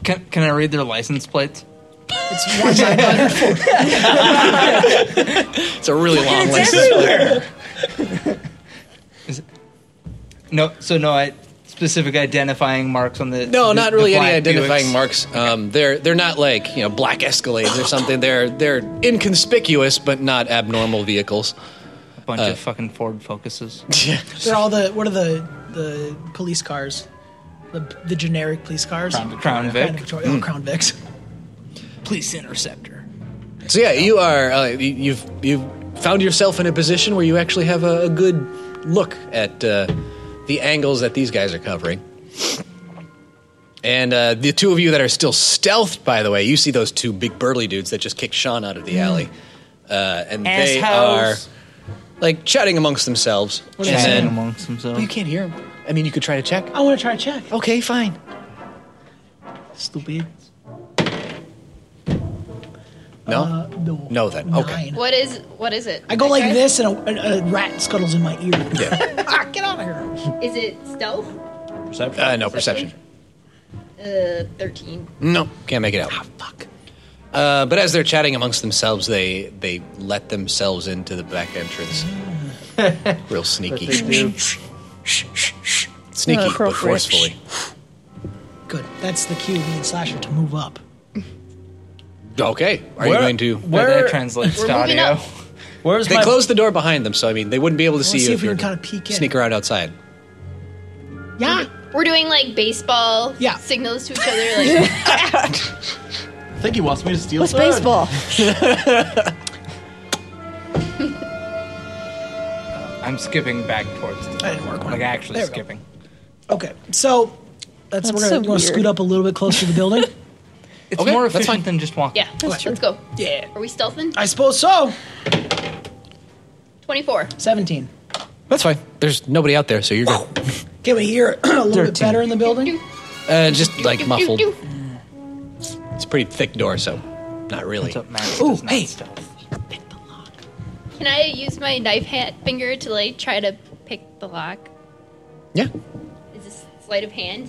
Can, can I read their license plates?
It's one time
It's a really long
It's
list.
everywhere. Is it- no, so no I, specific identifying marks on the
No,
the-
not
the
really any
black
identifying
Buicks?
marks. Um, they're they're not like you know black Escalades or something. They're they're inconspicuous but not abnormal vehicles.
A bunch of fucking Ford Focuses.
They're all the what are the the police cars? The the generic police cars.
Crown- Crown Vic.
Victoria. Oh,
Mm.
Crown Vics. Police interceptor.
So yeah, you are uh, you- you've you've found yourself in a position where you actually have a, a good look at uh, the angles that these guys are covering. And uh, the two of you that are still stealthed, by the way, you see those two big burly dudes that just kicked Sean out of the alley, uh, and they
Assholes.
are like chatting amongst themselves.
What are they saying?
amongst themselves.
You can't hear them. I mean, you could try to check.
I want to try to check.
Okay, fine.
Stupid.
No,
Uh, no.
no, then okay.
Nine.
What is what is it?
I go
Okay.
like this, and a, a, a rat scuttles in my ear.
Yeah.
ah, *laughs* get out of here!
Is it stealth?
Perception. Uh, no perception.
Uh, thirteen.
No, can't make it out. Ah, fuck. Uh, but as they're chatting amongst themselves, they they let themselves into the back *laughs* entrance. Real sneaky, sneaky
Not
but
appropriate.
forcefully.
Good. That's the cue, me and Slasher, to move up.
Okay, are you
Where-
going to?
where- That translates We're to moving audio. up. Where's
they
my-
closed the door behind them, so I mean they wouldn't be able to see
see
you
if
if
we
you're
can kinda peek in.
sneak around outside.
Yeah.
We're doing like baseball yeah. signals to each other. Like,
I think he wants me to steal.
What's
some.
baseball?
I'm skipping back towards. The
I didn't work
Like actually
There we go.
skipping.
Okay, so that's,
That's
we're gonna,
so
we're gonna
weird.
scoot up a little bit closer to the building.
It's more efficient than just walking.
yeah, let's go.
Yeah.
Are we stealthing?
I suppose so.
Twenty-four.
Seventeen.
That's fine. There's nobody out there, so you're good.
Can we hear *clears throat* it a little bit
Thirteen.
better in the building?
*laughs* Uh, just
*laughs*
like muffled.
Doo,
It's a pretty thick door, so not really.
Ooh, hey.
Can I use my knife hand finger to like try to pick the lock?
Yeah.
Is this sleight of hand?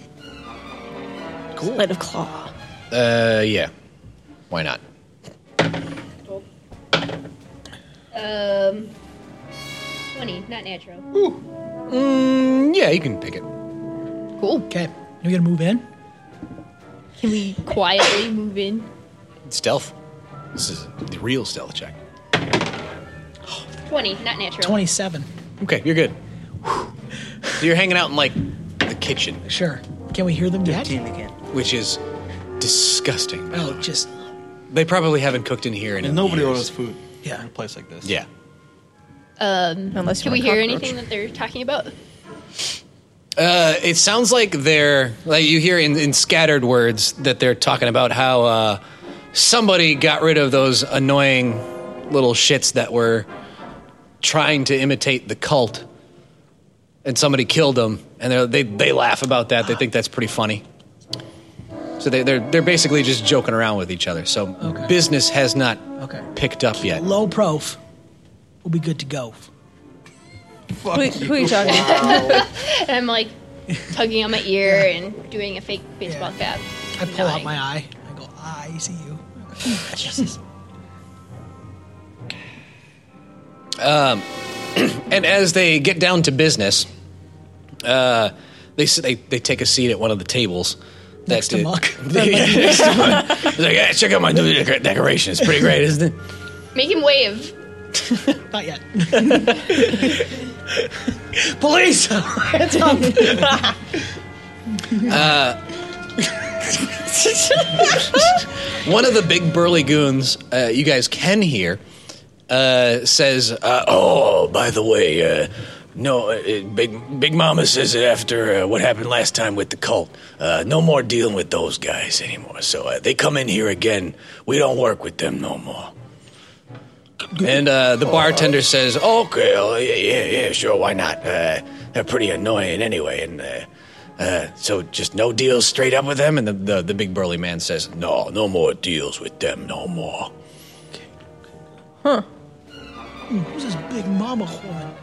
Cool.
Light of claw.
Uh, yeah. Why not?
Um, twenty. Not natural.
Mm, yeah, you can pick it.
*laughs* Cool.
Okay. We gonna move in?
Can we quietly move in?
Stealth. This is the real stealth check.
Twenty. Not natural.
Twenty-seven.
Okay, you're good. So you're hanging out in like the kitchen,
Sure. Can we hear them yet?
which is disgusting.
Oh, just
They probably haven't cooked in here in
And nobody
years.
orders food.
Yeah.
In a place like this.
Yeah.
Um,
Unless you
can we
want a
hear
cockroach.
anything that they're talking about?
Uh, it sounds like they're like you hear in, in scattered words that they're talking about how uh, somebody got rid of those annoying little shits that were trying to imitate the cult, and somebody killed them, and they're- they they laugh about that. They think that's pretty funny. So they, they're they're basically just joking around with each other. So business has not
Okay.
picked up yet.
low prof. We'll be good to go.
Who, who are you talking to?
And I'm like tugging on my
*laughs*
ear and doing a fake baseball cap.
I pull out my eye. I go, I see you. *laughs* Jesus.
Um, and as they get down to business, uh, they, s- they they take a seat at one of the tables. Next *laughs* to Muck. Next to Muck. He's like, yeah, check out my new decor- decoration. It's pretty great, isn't it?
Make him wave.
Not yet. Police! Hands up!
Uh, one of the big burly goons uh, you guys can hear uh, says, uh, "Oh, by the way, uh, no, uh, uh, big Big Mama says that after uh, what happened last time with the cult, uh, no more dealing with those guys anymore. So uh, they come in here again. We don't work with them no more." And uh, the bartender says, "Okay, oh, yeah, yeah, yeah, sure, why not? Uh, they're pretty annoying anyway, and." Uh, uh, so just no deals straight up with them? And the, the, the big burly man says, No, no more deals with them, no more.
Huh. Who's this big mama woman?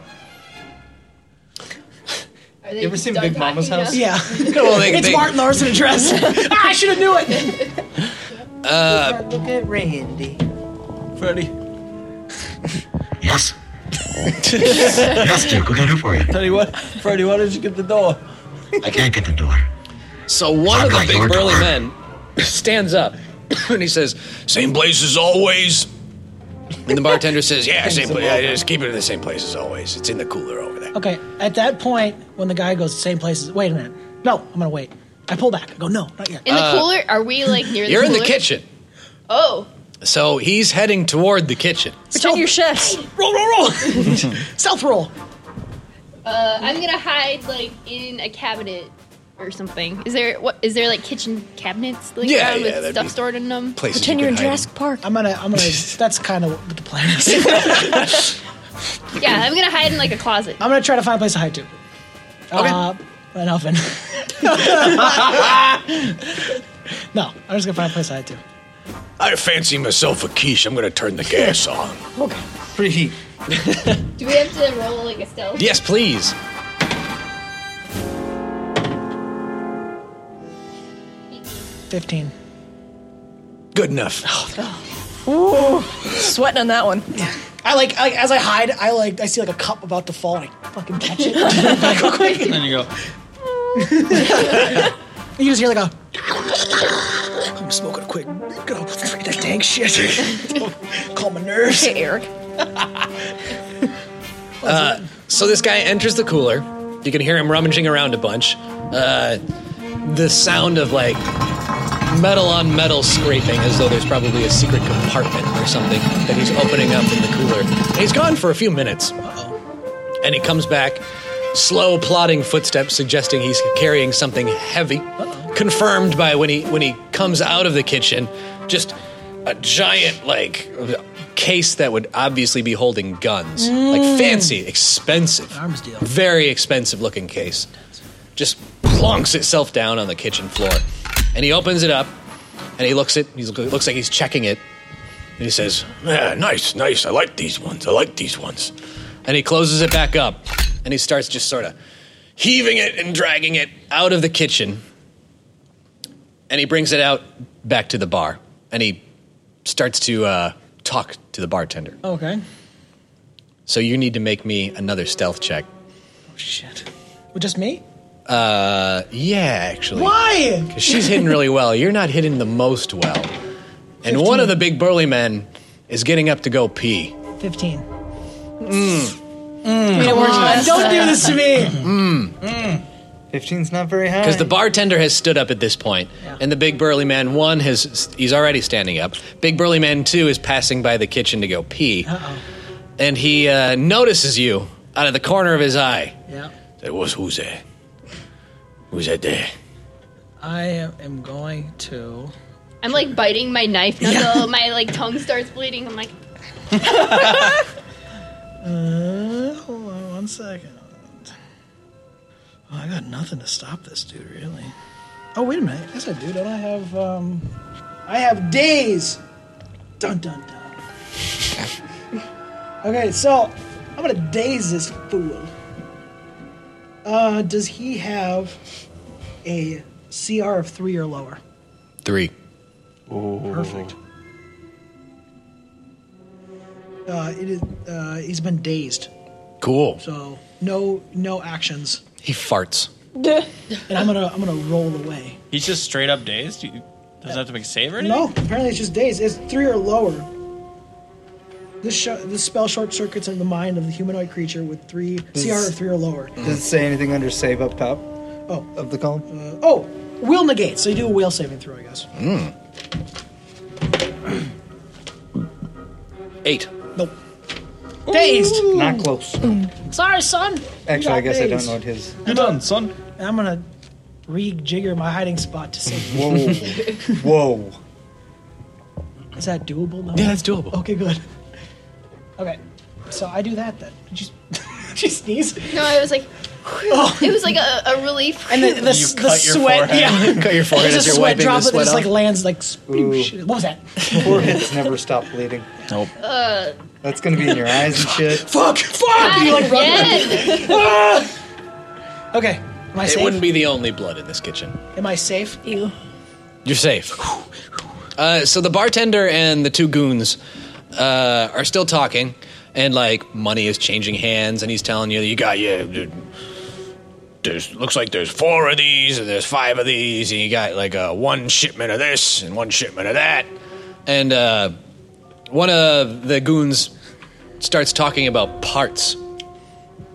Are they
You ever seen
done
Big Mama's
talking
house?
now?
Yeah.
Well, they-
it's
they-
Martin Larson in a dress. *laughs* ah, I should have knew it.
Uh,
Look at Randy.
Freddy.
*laughs*
Yes. yes, Duke. What can I do for you?
Tell you what, Freddy, why did you get the door?
I can't get the door.
So one of the big burly men stands up *coughs* and he says, Same place as always. And the bartender says, Yeah, uh, same place. Oh, Yeah, just keep it in the same place as always. It's in the cooler over there.
Okay, at that point, when the guy goes the same places, wait a minute. No, I'm gonna wait. I pull back. I go, no, not yet.
In the cooler? Are we like near the
You're in
cooler?
the kitchen.
Oh.
So he's heading toward the kitchen.
Pretend your chefs. Roll, roll, *laughs* roll. South roll.
Uh, I'm gonna hide like in a cabinet or something. Is there what? Is there like kitchen cabinets? Like,
Yeah,
around
yeah,
with
that'd
stuff
be
stored in them.
places
Pretend
you
you're in
could hide.
Jurassic Park.
I'm gonna, I'm gonna. That's kind of what the plan is. *laughs*
Yeah, I'm gonna hide in like a closet.
I'm gonna try to find a place to hide to. Uh, an oven. *laughs* no, I'm just gonna find a place to hide to.
I fancy myself a quiche. I'm going to turn the *laughs* gas on.
Okay.
Preheat.
Do we have to roll like a stealth?
Yes, please.
Fifteen.
Good enough.
Ooh, sweating on that one.
I like, I, as I hide, I like, I see like a cup about to fall, and I fucking catch it. *laughs* I go quick.
And then you go,
*laughs* You just hear like a. I'm smoking a quick. Go that dank shit. *laughs* Calm my nerves.
Hey, Eric.
Uh, so this guy enters the cooler. You can hear him rummaging around a bunch. Uh, the sound of like metal on metal scraping, as though there's probably a secret compartment or something that he's opening up in the cooler. And he's gone for a few minutes. And he comes back, slow, plodding footsteps, suggesting he's carrying something heavy. Confirmed by when he when he comes out of the kitchen, just a giant like case that would obviously be holding guns, like
Mm.
fancy, expensive,
Arms deal.
very expensive looking case. Just plonks itself down on the kitchen floor, and he opens it up, and he looks it. He looks like he's checking it, and he says, "Yeah, nice, nice. I like these ones. I like these ones." And he closes it back up, and he starts just sort of heaving it and dragging it out of the kitchen, and he brings it out back to the bar, and he starts to uh, talk to the bartender.
Okay.
So you need to make me another stealth check.
Oh shit. Well, just me?
Uh, yeah, actually.
Why?
'Cause she's hidden really well. You're not hidden the most well. And one of the big burly men is getting up to go pee.
Fifteen.
Mm.
Come on, don't do this to me.
Mm.
mm, 15's not very high.
Because the bartender has stood up at this point, and the big burly man one has he's already standing up. Big burly man two is passing by the kitchen to go pee, and he uh, notices you out of the corner of his eye.
Yeah.
That was who's there? Who's that there?
I am going to.
I'm like biting my knife knuckle. My like tongue starts bleeding. I'm like,
Uh, hold on one second. Oh, I got nothing to stop this dude, really. Oh wait a minute. Yes, I do. Don't I have? um I have days. Dun dun dun. *laughs* okay, so I'm gonna daze this fool. Uh, does he have a CR of three or lower?
Three.
Perfect. Uh, it is. Uh, he's been dazed,
Cool.
so no no actions.
He farts.
and I'm gonna I'm gonna roll away.
He's just straight up dazed. You- Doesn't have to make a save or anything.
No, apparently it's just days. It's three or lower. This, sh- this spell short circuits in the mind of the humanoid creature with three CR of three or lower.
Does it say anything under save up top?
Oh,
of the column.
Oh, will negate. So you do a will saving throw, I guess.
Eight.
Nope. Dazed.
Not close.
Sorry, son. You
Actually, I
got
guess I don't
dazed.
know what his.
You're done, son.
I'm gonna rejigger my hiding spot to save.
Whoa. Whoa.
Is that doable? No?
Yeah, that's doable.
Okay, good. *laughs* Okay, so I do that then. Did you? *laughs* Did you sneeze? Oh,
No, I was like, it was like a, a relief.
And
*laughs*
the, the, the sweat,
*laughs*
yeah,
Cut your forehead
There's
as
a
you're
sweat
wiping the
droplet that
sweat
just like
off.
lands like. sploosh. What was that?
Foreheads never stop bleeding.
Nope.
Uh,
That's gonna be in your eyes and shit.
Fuck! Fuck!
God,
You like run.
again.
Ah! okay, am I
it
safe?
wouldn't be the only blood in this kitchen.
Am I safe? You.
You're safe. Uh, so the bartender and the two goons uh, are still talking, and like money is changing hands, and he's telling you you got yeah. dude, There's looks like there's four of these, and there's five of these, and you got like uh, one shipment of this and one shipment of that, and uh, one of the goons starts talking about parts.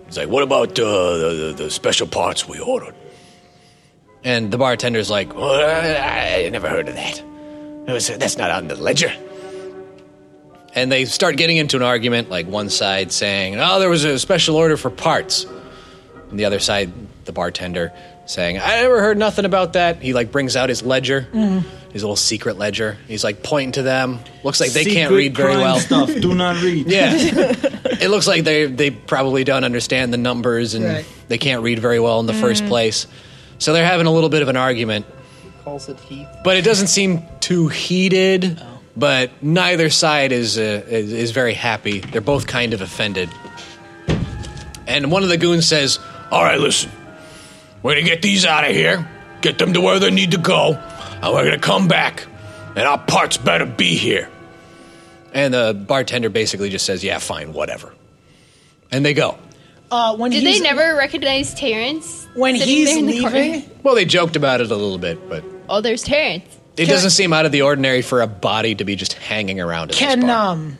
He's like, "What about uh, the, the the special parts we ordered?" And the bartender's like, "Well, I I never heard of that. It was- that's not on the ledger. And they start getting into an argument, like one side saying, oh, there was a special order for parts. And the other side, the bartender, saying, I never heard nothing about that. He like brings out his ledger,
Mm-hmm.
his little secret ledger. He's like pointing to them. Looks like *laughs* they can't
Secret
read very
crime
well.
Stuff. Do not read.
*laughs* Yeah. it looks like they they probably don't understand the numbers and
Right.
they can't read very well in the first place. So they're having a little bit of an argument.
Calls it Oh. Heath.
But it doesn't seem too heated. But neither side is, uh, is is very happy. They're both kind of offended. And one of the goons says, "All right, listen. We're gonna get these out of here. Get them to where they need to go, and we're gonna come back. And our parts better be here." And the bartender basically just says, "Yeah, fine, whatever." And they go.
Uh, when
Did
he's,
they never recognize Terrence?
When
sitting
he's
there in the corner?
leaving,
Well, they joked about it a little bit, but
Oh, there's Terrence.
it doesn't seem out of the ordinary for a body to be just hanging around. At
can um,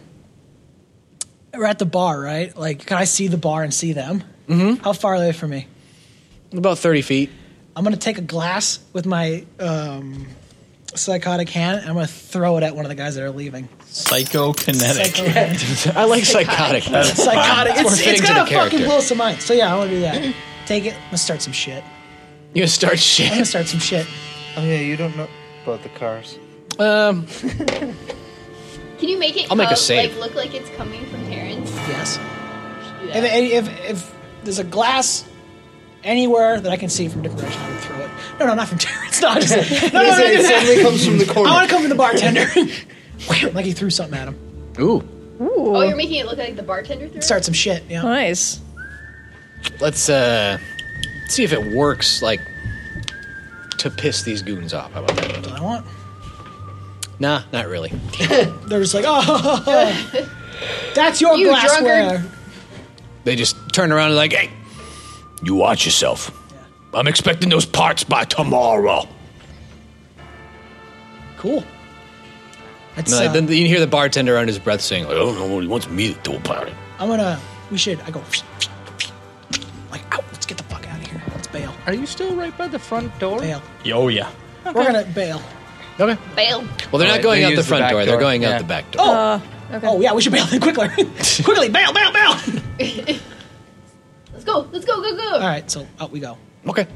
we're at the bar, right? Like, can I see the bar and see them? Mm-hmm. How far are they from me?
About thirty feet.
I'm gonna take a glass with my um, psychotic hand, and I'm gonna throw it at one of the guys that are leaving.
Psychokinetic.
*laughs* I like psychotic.
That's
psychotic. It's,
fine. More
it's
fitting to
gonna
the character.
fucking blow some minds. So yeah, I want to do that.
Mm-hmm.
Take it. Let's start some shit.
*laughs* You gonna start shit?
I'm gonna start some shit.
Oh yeah, you don't know about the cars.
Um,
Can you make it?
I'll make a
come-
save.
Like, look like it's coming from Terrence.
Yes.
do
If, if, if, if there's a glass anywhere that I can see from different direction, I would throw it. No, no, not from *laughs* Terrence.
*laughs*
No, just, no, no, no,
It suddenly comes from the corner.
*laughs* I want to come from the bartender. *laughs* Wham, like he threw something at him.
Ooh.
Oh, you're making it look like the bartender threw. it?
Start some shit. Yeah.
Nice.
Let's uh see if it works like to piss these goons off. How about that?
Do I want?
Nah, not really.
They're just like, oh, *laughs*
*laughs*
that's your
You
glassware.
They just turn around and like, hey, you watch yourself. I'm expecting those parts by tomorrow.
Cool. That's,
No,
uh,
then you hear the bartender under his breath saying, like, oh, I don't know what he wants me to do about it.
I'm gonna. We should. I go. Like, out. Let's get the fuck out of here. Let's bail.
Are you still right by the front door?
Bail.
Oh yeah.
We're gonna bail.
Okay.
Bail.
Well,
All
they're not
right,
going
they
out the
use the
front
back
door. They're
door.
going out
Yeah.
the back door.
Oh. Oh yeah, we should bail then quickly. *laughs* quickly, bail, bail, bail.
Let's go. Let's go. Go. Go.
All right, so out we go.
Okay.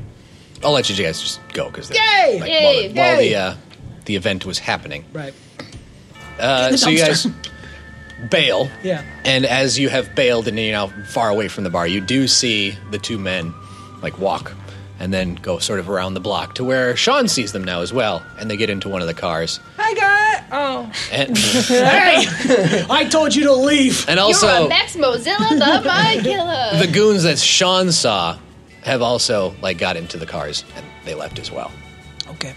I'll let you guys just go because
Yay!
while,
Yay!
the- while
Yay!
the uh, the event was happening.
Right.
Uh,
the
so you guys
dumpster.
*laughs* bail.
Yeah.
And as you have bailed and you're now far away from the bar, you do see the two men like walk and then go sort of around the block to where Sean sees them now as well, and they get into one of the cars.
Hi, guy. Oh.
*laughs*
And,
hey, I told you to leave.
and
You're a
also
Max
*laughs*
Mozilla the Mind Killer.
the goons that Sean saw have also like got into the cars and they left as well.
Okay.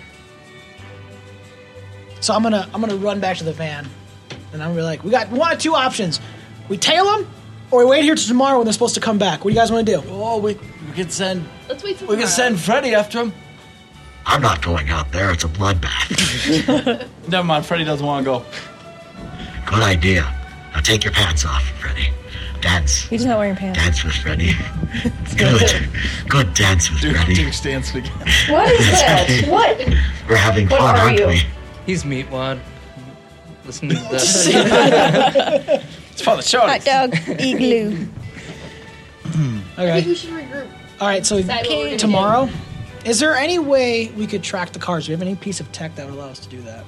So I'm gonna I'm gonna run back to the van, and I'm gonna be like, we got one of two options: we tail them, or we wait here till tomorrow when they're supposed to come back. What do you guys want to do?
Oh, we we could send
Let's wait till
we could
tomorrow.
send Freddy after him.
I'm not going out there. It's a bloodbath.
*laughs* Never mind. Freddy doesn't want to go.
Good idea. Now take your pants off, Freddy. Dance.
He's not wearing pants.
Dance with Freddy. Good. Good dance with Freddy. Dude stands again.
What is that? What?
We're having
What
fun,
are
aren't
you?
we?
He's meatwad. Listen to that.
It's for the show.
Hot dog igloo.
I think
Okay.
we should regroup.
All right. So
Decide what we're gonna
tomorrow, is there any way we could track the cars? Do we have any piece of tech that would allow us to do that?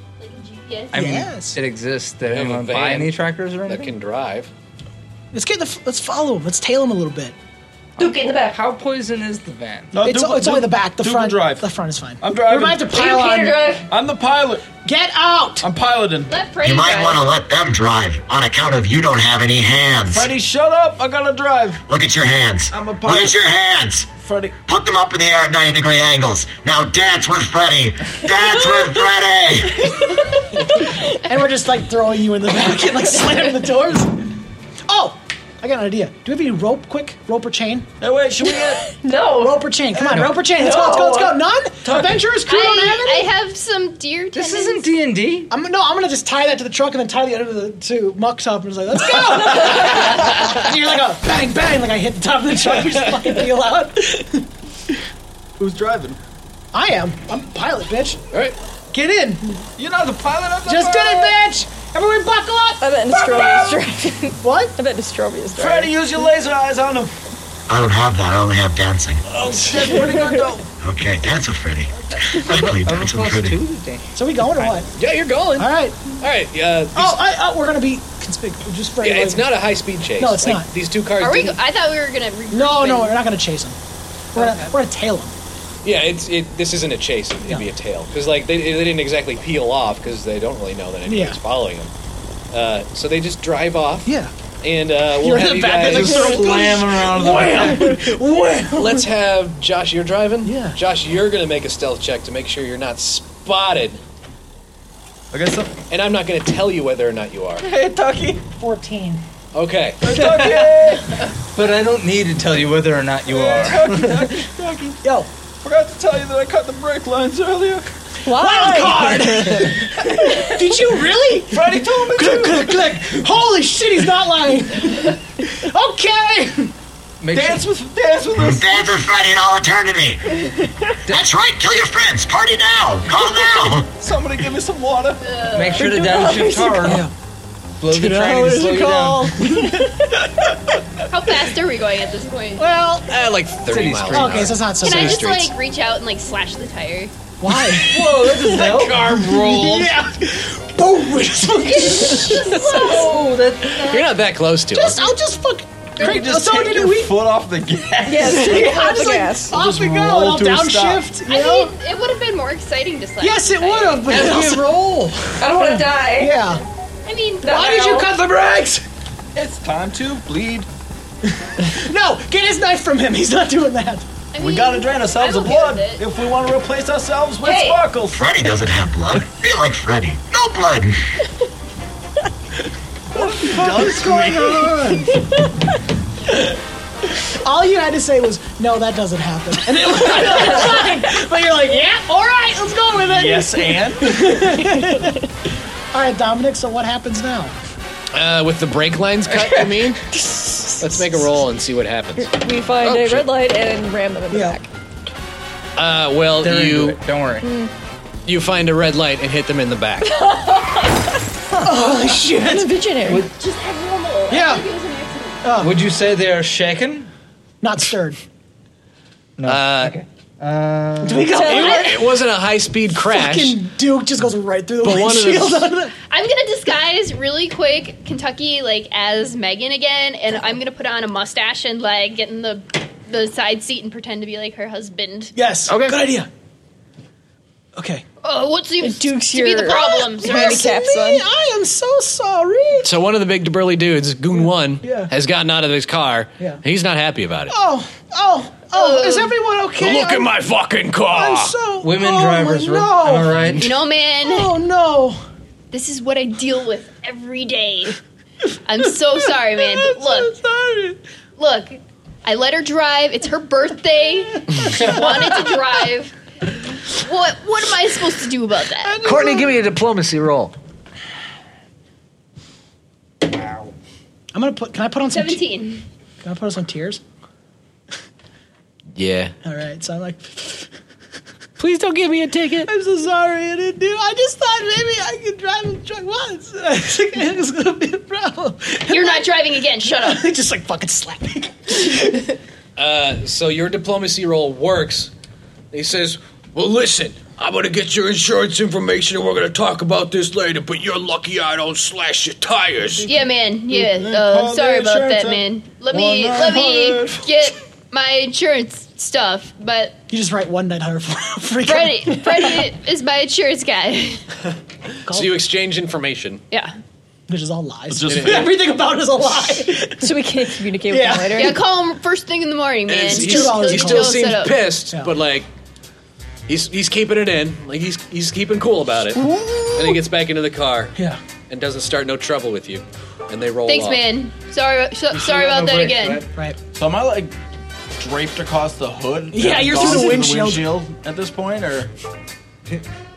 Yes.
I mean,
Yes.
it exists. Did
have a
anyone buy
van
any trackers or anything?
that can drive.
Let's get the. Let's follow him. Let's tail him a little bit.
Duke, get in the back.
How poison is the van?
it's it's only the back. The
Duke will
front.
drive.
The front is fine.
Uh,
I'm driving.
We might have to pile
You can't
on.
drive.
I'm the pilot.
Get out.
uh,
I'm piloting.
Let Freddy
You might
drive.
want to let them drive on account of you don't have any hands.
Freddy, shut up. I gotta drive.
Look at your hands.
I'm a
Look
pilot.
at your hands.
Freddy.
Put them up in the air at 90 degree angles. Now dance with Freddy. Dance with Freddy.
and we're just like throwing you in the back and like slamming the doors. Oh, I got an idea. Do we have any rope? Quick rope or chain?
Hey, wait, should we get.
No.
Rope or chain? Come on, rope or chain. Let's go. Let's go. Let's go. None. Adventurers crew don't have any.
I, I have some deer
This
tendons.
isn't D and D.
I'm no. I'm gonna just tie that to the truck and then tie the other to the to Muck's top and just like let's go. and you're like a bang bang like I hit the top of the truck. You just fucking feel out.
*laughs* Who's driving?
I am. I'm a pilot, bitch.
All right.
Get in.
You're not the pilot of the
Just did it,
bird.
bitch. Everyone buckle up.
I bet Nostrovia is driving.
What?
I bet Nostrovia is driving.
Freddy, use your laser eyes on him.
I don't have that. I only have dancing.
Oh, shit. Where'd he go?
Okay, dance with Freddy. Quickly, dance with Freddy.
So we going or what?
Yeah, you're going.
All
All
right.
right. Yeah.
Oh, I, oh we're gonna be conspicuous. Just for
Yeah,
like-
it's not a high speed chase.
No, it's
Like,
not.
These two cars.
Are we? Go-
didn't-
I thought we were gonna. Regroup
No, no,
and-
we're not gonna chase him. We're gonna we're gonna tail him.
yeah, it's it. This isn't a chase. It'd
No.
be a tail because like they, they didn't exactly peel off because they don't really know that anybody's
Yeah.
following them. Uh, so they just drive off.
Yeah.
And uh, we'll
You're in
have
the
you
back,
guys.
they're like,
Just slam around the
*laughs*
van.
Let's have Josh. You're driving.
Yeah.
Josh, you're gonna make a stealth check to make sure you're not spotted,
I guess I'm.
and I'm not gonna tell you whether or not you are.
Hey, Tucky.
Fourteen. *laughs*
Okay.
Tucky!
But I don't need to tell you whether or not you
*laughs*
are.
Tucky!
Yo.
Forgot to tell you that I cut the brake lines earlier.
Wild card. Did you really?
Freddy told me
click, click,
to.
click. Holy shit, he's not lying. okay.
Make sure-
Dance with, dance with us.
Dance with Freddy in all eternity. That's right. Kill your friends. Party now. Call now.
Somebody give me some water.
Make sure to downshift hard. Blow the train and
Dollars
slow
a
you down.
call.
How fast are we going at this point?
Well,
Uh, like 30
City's
miles.
straight.
an
okay, so it's not so
Can I
serious.
just
streets.
like reach out and like slash the tire?
*laughs*
Why?
Whoa, that doesn't help.
Car
*laughs*
roll.
yeah. Boom. *laughs* we just fucking-
Oh, that.
You're not that close to
just, I'll just fuck.
You just
so
take
did
your
we?
foot off the
*laughs*
gas.
Yes,
I'm
off the
just like
gas.
off we go. and
roll
I'll
to a stop.
downshift.
I
You know?
mean, it would have been more exciting to slash.
Yes,
the
it
tire.
would have, but
*laughs*
it also-
roll.
I don't want to die.
Yeah.
I mean,
Why did you cut the brakes?
It's time to bleed.
No, get his knife from him. He's not doing that.
I
We
mean,
gotta drain ourselves
I'm
of
okay
blood
with it.
if we want to replace ourselves with
Hey.
sparkles.
Freddy doesn't have blood. Be like Freddy. No blood.
Does
All you had to say was, no, that doesn't happen. And it *laughs* was fine. But you're like, yeah, all right, let's go with it.
yes, and
All right, Dominic, so what happens now?
Uh, with the brake lines
*laughs*
cut, you mean? Let's make a roll and see what happens.
We find
Oh,
a
shit.
red light and ram them in the
Yeah.
back.
Uh, well,
They're into
you
it. Don't worry.
you find a red light and hit them in the back.
Holy shit.
It's visionary.
Just have normal. I
Yeah.
think it was an accident.
Would you say they are shaken?
Not stirred.
Uh,
Do we go?
It wasn't a high speed crash.
Fucking Duke just goes right through the
But one of the-
windshield. *laughs* on
*laughs*
the-
I'm gonna disguise really quick Kentucky like as Megan again, and I'm gonna put on a mustache and like get in the the side seat and pretend to be like her husband.
yes. Okay. Good idea. Okay.
Oh, what seems
It dukes
to be the
your-
problem, sir?
Handicap
Me,
son.
I am so sorry.
So one of the big burly dudes, Goon One,
Yeah.
has gotten out of his car.
Yeah.
He's not happy about it.
Oh, oh, oh, is everyone okay?
Look at
I'm-
my fucking car!
I'm so.
Women
oh,
drivers,
no.
all right.
You know, man.
Oh, no.
This is what I deal with every day.
*laughs*
I'm so sorry, man. But look, look, I let her drive. It's her birthday. She
*laughs*
wanted to drive. What what am I supposed to do about that?
Courtney, give me a diplomacy roll.
I'm gonna put. Can I put on some? te-
17.
can I put on some tears?
Yeah.
All right, so I'm like, *laughs* please don't give me a ticket. I'm so sorry, I didn't do. I just thought maybe I could drive a truck once. *laughs* And I think it was gonna be a problem.
You're not driving again. Shut
*laughs*
up.
*laughs* just like fucking slap me.
Uh, so your diplomacy roll works. He says, "Well, listen, I'm gonna get your insurance information, and we're gonna talk about this later. But you're lucky I don't slash your tires."
Yeah, man. Yeah.
call
Uh,
the
sorry about
insurance
that,
up.
man. Let me
One
let me
900.
get my insurance stuff. But
You just write one night hundred for *laughs*
*laughs*
Freddie, Freddie is my insurance guy. *laughs*
So you exchange information.
Yeah.
which is all lies. *laughs*
Just-
Everything about it is
*laughs*
a
*laughs*
lie.
so we can't communicate
yeah.
Yeah. Call him first thing in the morning, man.
It's-
He'll-
he's- he
he'll
still
set
seems
up.
pissed, but like he's he's keeping it in. Like he's he's keeping cool about it. And he gets back into the car.
Yeah.
And doesn't start no trouble with you. And they roll
Thanks,
off.
man. Sorry, so, sorry about that again.
Right.
So am I like draped across the hood?
Yeah,
and
you're
gone
through the windshield.
windshield at this point, or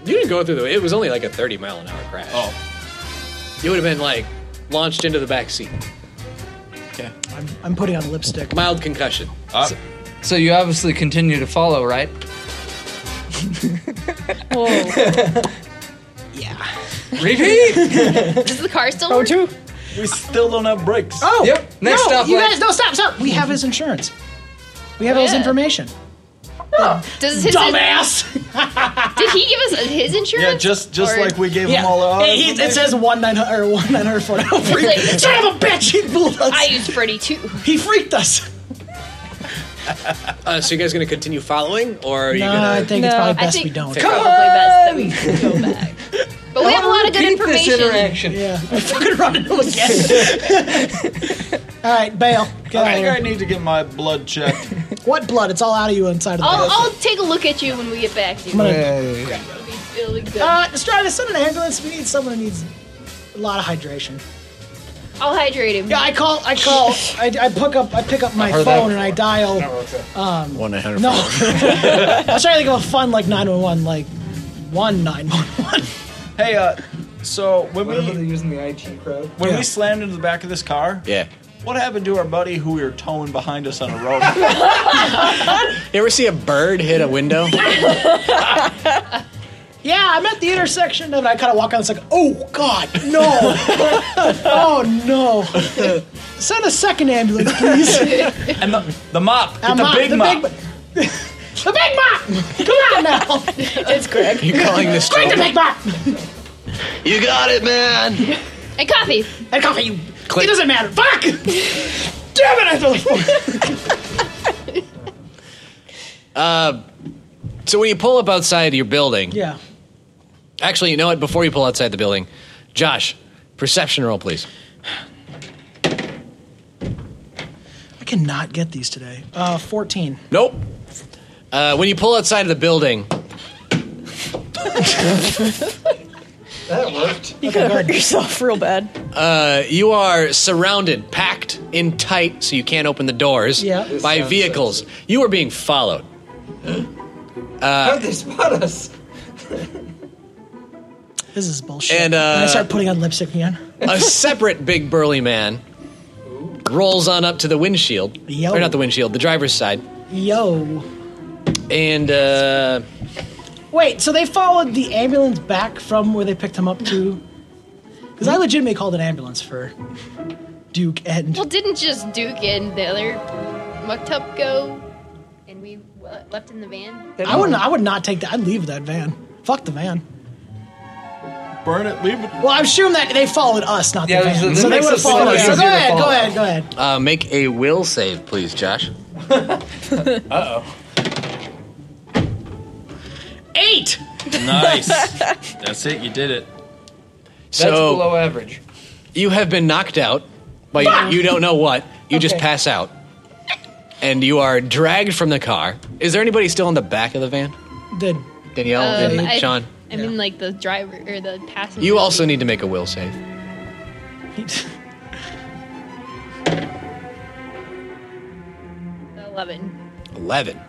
You didn't go through the. It was only like a 30 mile an hour crash. Oh. You would have been like launched into the back seat.
Okay.
I'm, I'm putting on lipstick.
Mild concussion.
So, so you obviously continue to follow,
*laughs*
right?
*laughs*
repeat?
Does the car still work?
we still don't have brakes.
Oh,
yep.
no, you guys, no, stop, stop. We have his insurance. We have all his
Yeah.
information.
Does his
Dumbass!
Did he give us his insurance? Or-
*laughs* Yeah. It, it- it says one nine hundred or one nine hundred four. *laughs*
It's like-
Son of a bitch! He fooled us.
I used Freddy too.
He freaked us.
Uh, so you guys gonna continue following, or are you
No,
gonna?
I think it's probably best we don't.
Fair.
Probably best that we go back. But we have a lot of good information.
Yeah. *laughs* We fucking run into him *laughs* again. all right, bail. Get out
I
of
think
here.
I need to get my
*laughs*
blood checked.
What blood? It's all out of you inside of the
I'll,
bag.
I'll take a look at you when we get back, dude.
I'm gonna- Yeah,
It'll be, it'll be good.
Uh, Estrada, send an ambulance. We need someone who needs a lot of hydration.
I'll hydrate him.
Yeah, I call. I call. I, I pick up. I pick up my
heard
phone and
that
I dial. Um,
One nine hundred.
no, *laughs* I was trying to think of a fun like nine one one, like one nine one one. *laughs*
Hey, uh, so when
Whatever
we
they're using the IT crowd.
when we slammed into the back of this car,
Yeah.
what happened to our buddy who we were towing behind us on
*laughs*
a road?
You ever see a bird hit a window? *laughs*
Yeah, I'm at the intersection and I kind of walk out. It's like, oh god, no, *laughs* oh no. Send a second *laughs* ambulance, please.
and the, the mop, get
I'm
the
out-
big
the
mop.
big- *laughs* the big mop. Come on now. it's Greg.
You calling this
Greg the
trouble?
big mop.
you got it, man.
And coffee.
And coffee, you.
Click.
It doesn't matter. Fuck. Damn it! I feel like.
Uh, *laughs* so when you pull up outside your building,
Yeah.
actually, you know what? Before you pull outside the building, Josh, perception roll, please.
I cannot get these today. Uh, 14.
Nope. Uh, when you pull outside of the building,
That worked. You could have hurt yourself real bad.
uh, you are surrounded, packed in tight, so you can't open the doors
Yeah. This
by
sounds
vehicles. You are being followed.
How
Uh,
did they spot us?
This is bullshit.
And, uh,
I start putting on lipstick again.
*laughs* a separate big burly man rolls on up to the windshield,
Yo.
or not the windshield, the driver's side,
Yo.
and uh,
Wait, so they followed the ambulance back from where they picked him up to? Because I legitimately called an ambulance for Duke and.
Well, didn't just Duke and the other Muktup go, and we uh, left in the van?
I would not. I would not take that. I'd leave that van. Fuck the van.
Burn it. Leave it.
Well, I assume that they followed us, not
Yeah,
the
so
van.
this
So they
makes
would have
it
followed us. So
easier to
go ahead.
follow.
Go ahead. Go ahead.
uh, make a will save, please, Josh.
Uh oh.
Eight.
Nice. That's it. You did it.
So- below
average.
You have been knocked out by you, you don't know what. You just
Okay.
pass out, and you are dragged from the car. Is there anybody still in the back of the van?
Did
Danielle and
Um, I,
Sean.
I mean, like the driver or the passenger.
You also need to make a will save.
Eleven.
Eleven.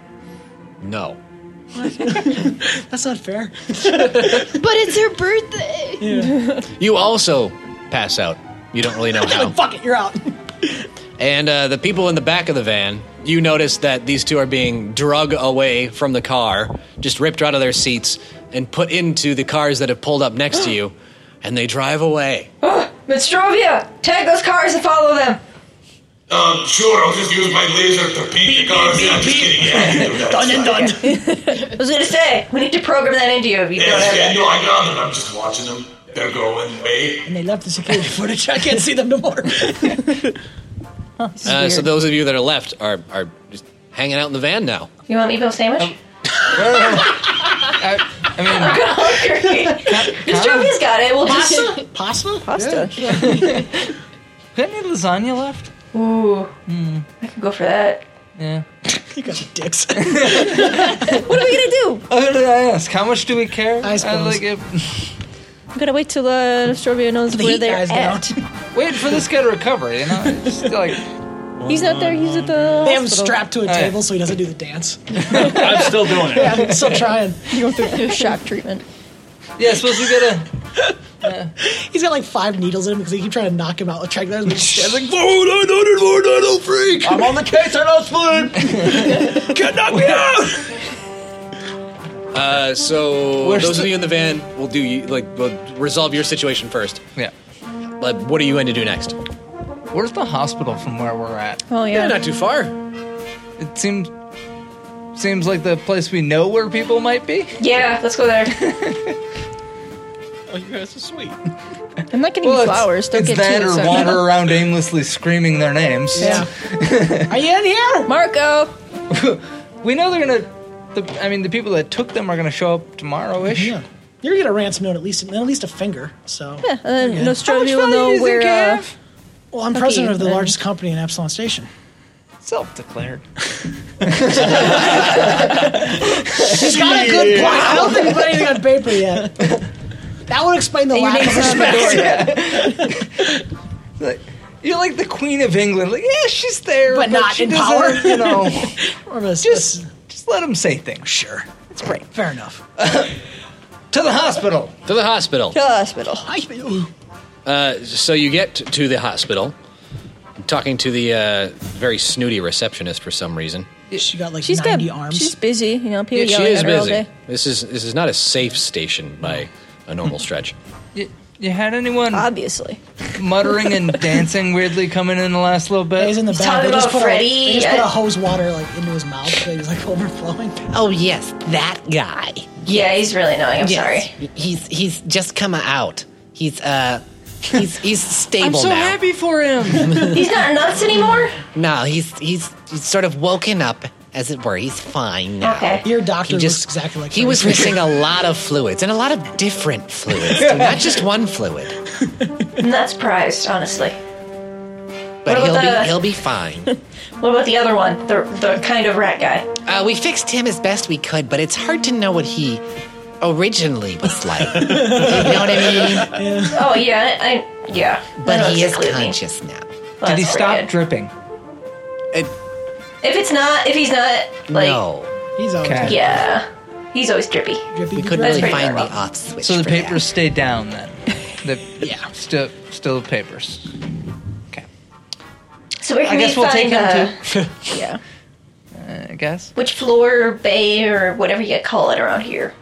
No.
*laughs* That's not fair.
but it's her birthday.
You also pass out. You don't really know
Like,
how.
fuck it, you're out.
And uh, the people in the back of the van, you notice that these two are being drug away from the car, just ripped out of their seats, and put into the cars that have pulled up next to *gasps* you, and they drive away.
Mistrovia, tag those cars and follow them.
Um, sure, I'll just use my laser to beat the cars. Yeah, I'm just kidding. Yeah,
Done and done. I was gonna say we need to program that into you if you
Yeah,
don't have that.
yeah, no, I got them. I'm just watching them. They're going away.
And they left the security *laughs* footage. I can't see them no more.
Uh, so those of you that are left are, are just hanging out in the van now.
You want meatball
Um,
*laughs* sandwich?
I, I mean,
I'm gonna
*laughs*
hungry. Mistrovia's got it.
*laughs*
We'll
Pasta?
just pasta, pasta.
Got any lasagna left?
Ooh,
Hmm.
I could go for that.
Yeah.
you guys are dicks. *laughs*
what
are we gonna do?
How did I ask? How much do we care? I
suppose.
like it.
I'm gonna wait till the Nostrovia knows where they're at.
Wait for this guy to recover. You know, It's just like
He's not there. He's at the.
They have him
hospital.
strapped to a
All right.
table so he doesn't do the dance.
*laughs*
*laughs*
I'm still doing
yeah, I'm still trying.
You're going through shock treatment.
Yeah, suppose we get a.
He's got like five needles in him because they keep trying to knock him out with track. I was
*laughs*
like, whoa, no, no, no, no, no, no, freak!
I'm on the case, I don't
*laughs*
sleep! Can't knock me out!
Uh, so
Where's
those
the-
of you in the van will do you- like will resolve your situation first.
Yeah.
But what are you going to do next?
Where's the hospital from where we're at?
Oh yeah.
Yeah, Eh, not too far.
It seems seems like the place we know where people might be.
Yeah, let's go there.
Uh,
Oh, you guys are sweet.
I'm not getting
Well, it's-
flowers. Don't
it's
get
that
too
or
excited.
wander around aimlessly screaming their names.
Yeah.
Are you in here,
Marco?
we know they're gonna. The, I mean, the people that took them are gonna show up tomorrow-ish.
Yeah. You're gonna get a ransom note at least, at least a finger.
*laughs*
So
Yeah, and
Yeah.
then Nostrovia
How much
will
value do you
know
think
where.
I
Uh,
have? well, I'm
Lucky
president of the
then.
largest company in Epsilon
*laughs*
Station.
Self-declared.
She's got a good point. I don't think we put anything on paper yet.
*laughs*
That would explain the lack of respect.
*laughs* Like, you're like the Queen of England. Like, yeah, she's there,
But not
she
in power.
doesn't, You know,
just
just let them say things.
Sure,
that's great.
Fair enough.
to the hospital.
To the hospital.
hospital.
Uh, so you get to the hospital. I'm talking to the uh, very snooty receptionist for some reason.
She got like
she's
90
got,
arms.
She's busy. You know, people
Yeah, she
yelling
is
at her all
busy.
day.
This is this is not a safe station by
*laughs*
a normal stretch.
You, you had anyone
obviously
*laughs* muttering and dancing weirdly coming in the last little bit? He's
in the
back.
They just put a- they just put a
I-
hose water like into his mouth, so he's like *laughs* overflowing.
Oh yes, that guy.
Yeah, he's really annoying. I'm
sorry. He's he's just come out. He's uh he's
*laughs*
he's stable
I'm so
now.
happy
for him.
He's not nuts anymore.
No, he's he's he's sort of woken up, as it were. He's fine now.
Okay.
Your doctor
He just-
looks exactly like
He was missing a
*laughs*
lot of fluids and a lot of different fluids, too, not just one fluid.
I'm not surprised, honestly.
But
What
he'll
about the-
be he'll be fine.
What about the other one? The the kind of rat guy.
Uh, we fixed him as best we could, but it's hard to know what he originally was like. you know what I mean?
Oh yeah, I yeah. I know
But he is
exactly what you mean.
conscious now.
Well, Did he that's stop pretty good.
dripping?
If it's not, if he's not, like
no.
He's
always Okay. drippy.
yeah, he's always drippy.
We couldn't
That's
really
pretty
find the
normal.
off switch.
So the
for that.
papers stay down then. The, yeah, still still the papers.
So where
I
can
guess
we
we'll take
find
him
uh, yeah,
I guess.
which floor or bay or whatever you call it around here?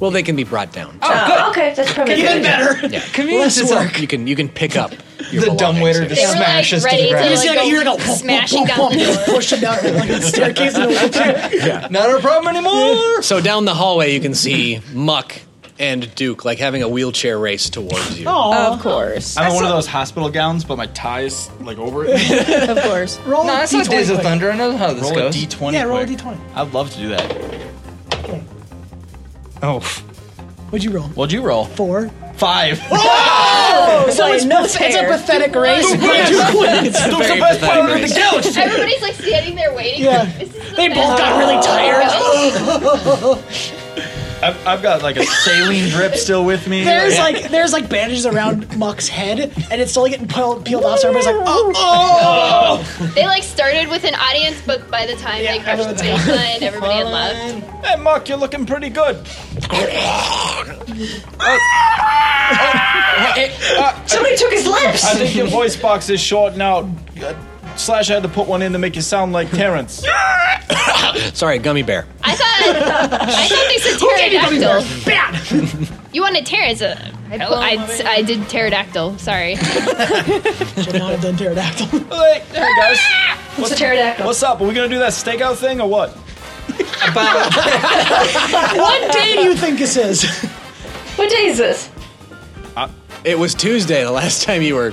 Well, they can be brought down.
Oh, okay, that's probably good.
Yeah.
Convenience is
You can you can pick up your
The dumb waiter
belongings
just
here.
They were, like, smashes to the ready to, ground.
You just
like,
like,
go
you're like
smashing down the door.
pushing down like a staircase in a wheelchair.
Not a problem anymore.
So down the hallway, you can see *laughs* Muck and Duke like having a wheelchair race towards you.
Oh.
Aw. Of
course.
I'm in one of those hospital gowns, but my tie is like over
*laughs*
it.
of course.
Roll
no, that's not Days of Thunder. I know how this
roll
goes.
a d20.
Yeah, Oh, roll a
quick.
d20.
I'd love to do that. Oh,
What'd you roll?
what'd you roll?
Four.
Five.
Oh, so
Like,
it's,
no
it's a
fair.
pathetic race.
Don't put two points. Those are the best part of the galaxy.
Everybody's like standing there waiting.
Yeah.
This is the
They both
best.
got really tired.
Oh.
I *laughs* I've, I've got like a saline drip still with me.
There's like there's like bandages around Muck's head, and it's slowly getting peeled, peeled off. So everybody's like, oh, oh!
*gasps* They like started with an audience, but by the time they crashed the baseline,
oh.
everybody
*laughs*
had left.
Hey, Mark, you're looking pretty good.
Somebody took his lips.
I think your voice box is shorting out. Uh, Slash had to put one in to make you sound like
*laughs*
Terrence.
Sorry, gummy bear.
I thought I thought they said pterodactyl. *laughs* You wanted Terrence? Uh, oh, I, I did pterodactyl. Sorry.
Should not have done pterodactyl.
Hey, hey guys.
What's a pterodactyl?
What's up? Are we gonna do that stakeout thing or what?
what day do you think this is?
What day is this?
It was Tuesday the last *laughs* time you were,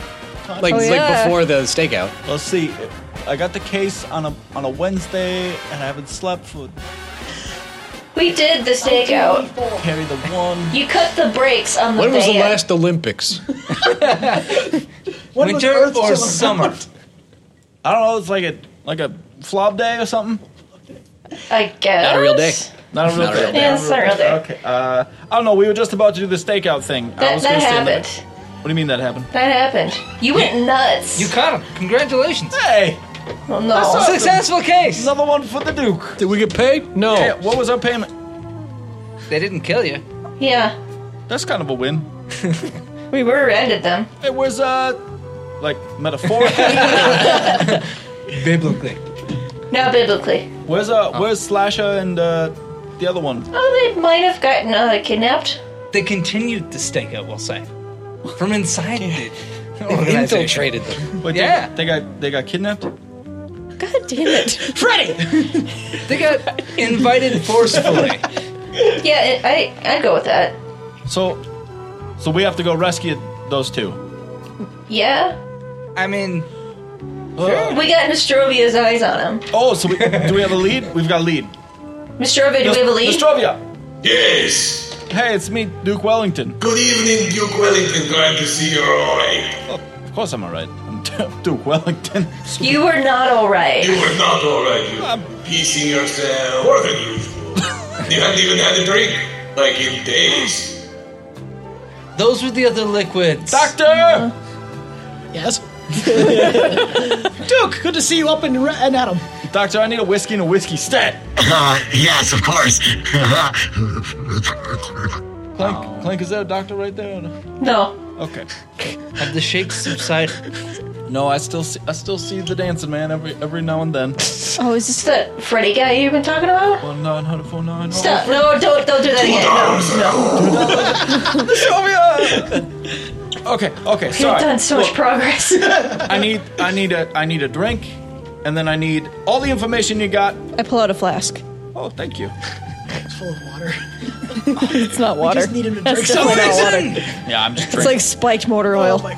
like,
Oh, yeah.
like before the stakeout.
Let's see. I got the case on a on a Wednesday, and I haven't slept for.
We did the stakeout.
Carry the one.
You cut the brakes on the
When was the
van.
uh,
last Olympics?
When was
Winter
Earth
or
still
summer? I don't know. It's like a like a flop day or something.
I guess.
Not a real
Not a
day.
real day. Yeah, it's not a real day.
Okay. Uh, I don't know. We were just about to do the stakeout thing. I
That-
was
that
gonna stay in the-
happened.
What do you mean that happened?
That happened. You went nuts.
You caught him. Congratulations.
Hey.
Well, no.
Successful case.
Another one for the Duke.
Did we get paid? No.
Yeah, what was our payment?
They didn't kill you.
Yeah,
That's kind of a win.
we were ended them.
It was uh, like metaphorically.
*laughs*
Biblically.
Now biblically.
*laughs* Where's uh, where's Slasher and uh, the other one?
Oh, they might have gotten uh, kidnapped.
They continued the stakeout, we'll say. From inside the
Organization.
infiltrated them.
Wait,
Ah.
yeah.
They, they got they got kidnapped.
God damn it.
Freddy!
They
*laughs*
got invited forcefully.
Yeah, it, I I'd go with that.
So, so we have to go rescue those two.
Yeah,
I mean,
we got Nostrovia's eyes on him.
Oh, so we, do we have a lead? We've got a lead.
Nostrovia, do we have a lead?
Nostrovia.
Yes.
Hey, it's me, Duke Wellington.
Good evening, Duke Wellington. Glad to see you're all right.
Of course, I'm alright. I'm *laughs* Duke Wellington.
You were not all right.
You were not all right. You
Um.
were piecing yourself more than
*laughs*
usual. you haven't even had a drink, like in days.
those were the other liquids.
Mm-hmm.
Doctor!
Yes. Duke, good to see you up and, re- and at 'em.
Doctor, I need a whiskey and a whiskey stat.
Uh, yes, of course. *laughs*
Clank, Clank, is that a doctor right there? Or no?
No.
Oh. Okay.
Have the shakes subsided?
No, I still see, I still see the dancing man every every now and then.
Oh, is this
It's that Freddy guy you've been talking about?
One nine hundred four nine.
Stop! No, don't don't do that again. No, no.
uh!
*laughs* Okay, okay,
We've
sorry.
done so much progress.
I need I need a I need a drink, and then I need all the information you got.
*laughs* I pull out a flask.
Oh, thank you.
It's full of water.
it's not water.
just need him to
That's
drink
definitely
something.
not water.
Yeah, I'm just
It's like spiked motor oil. Oh my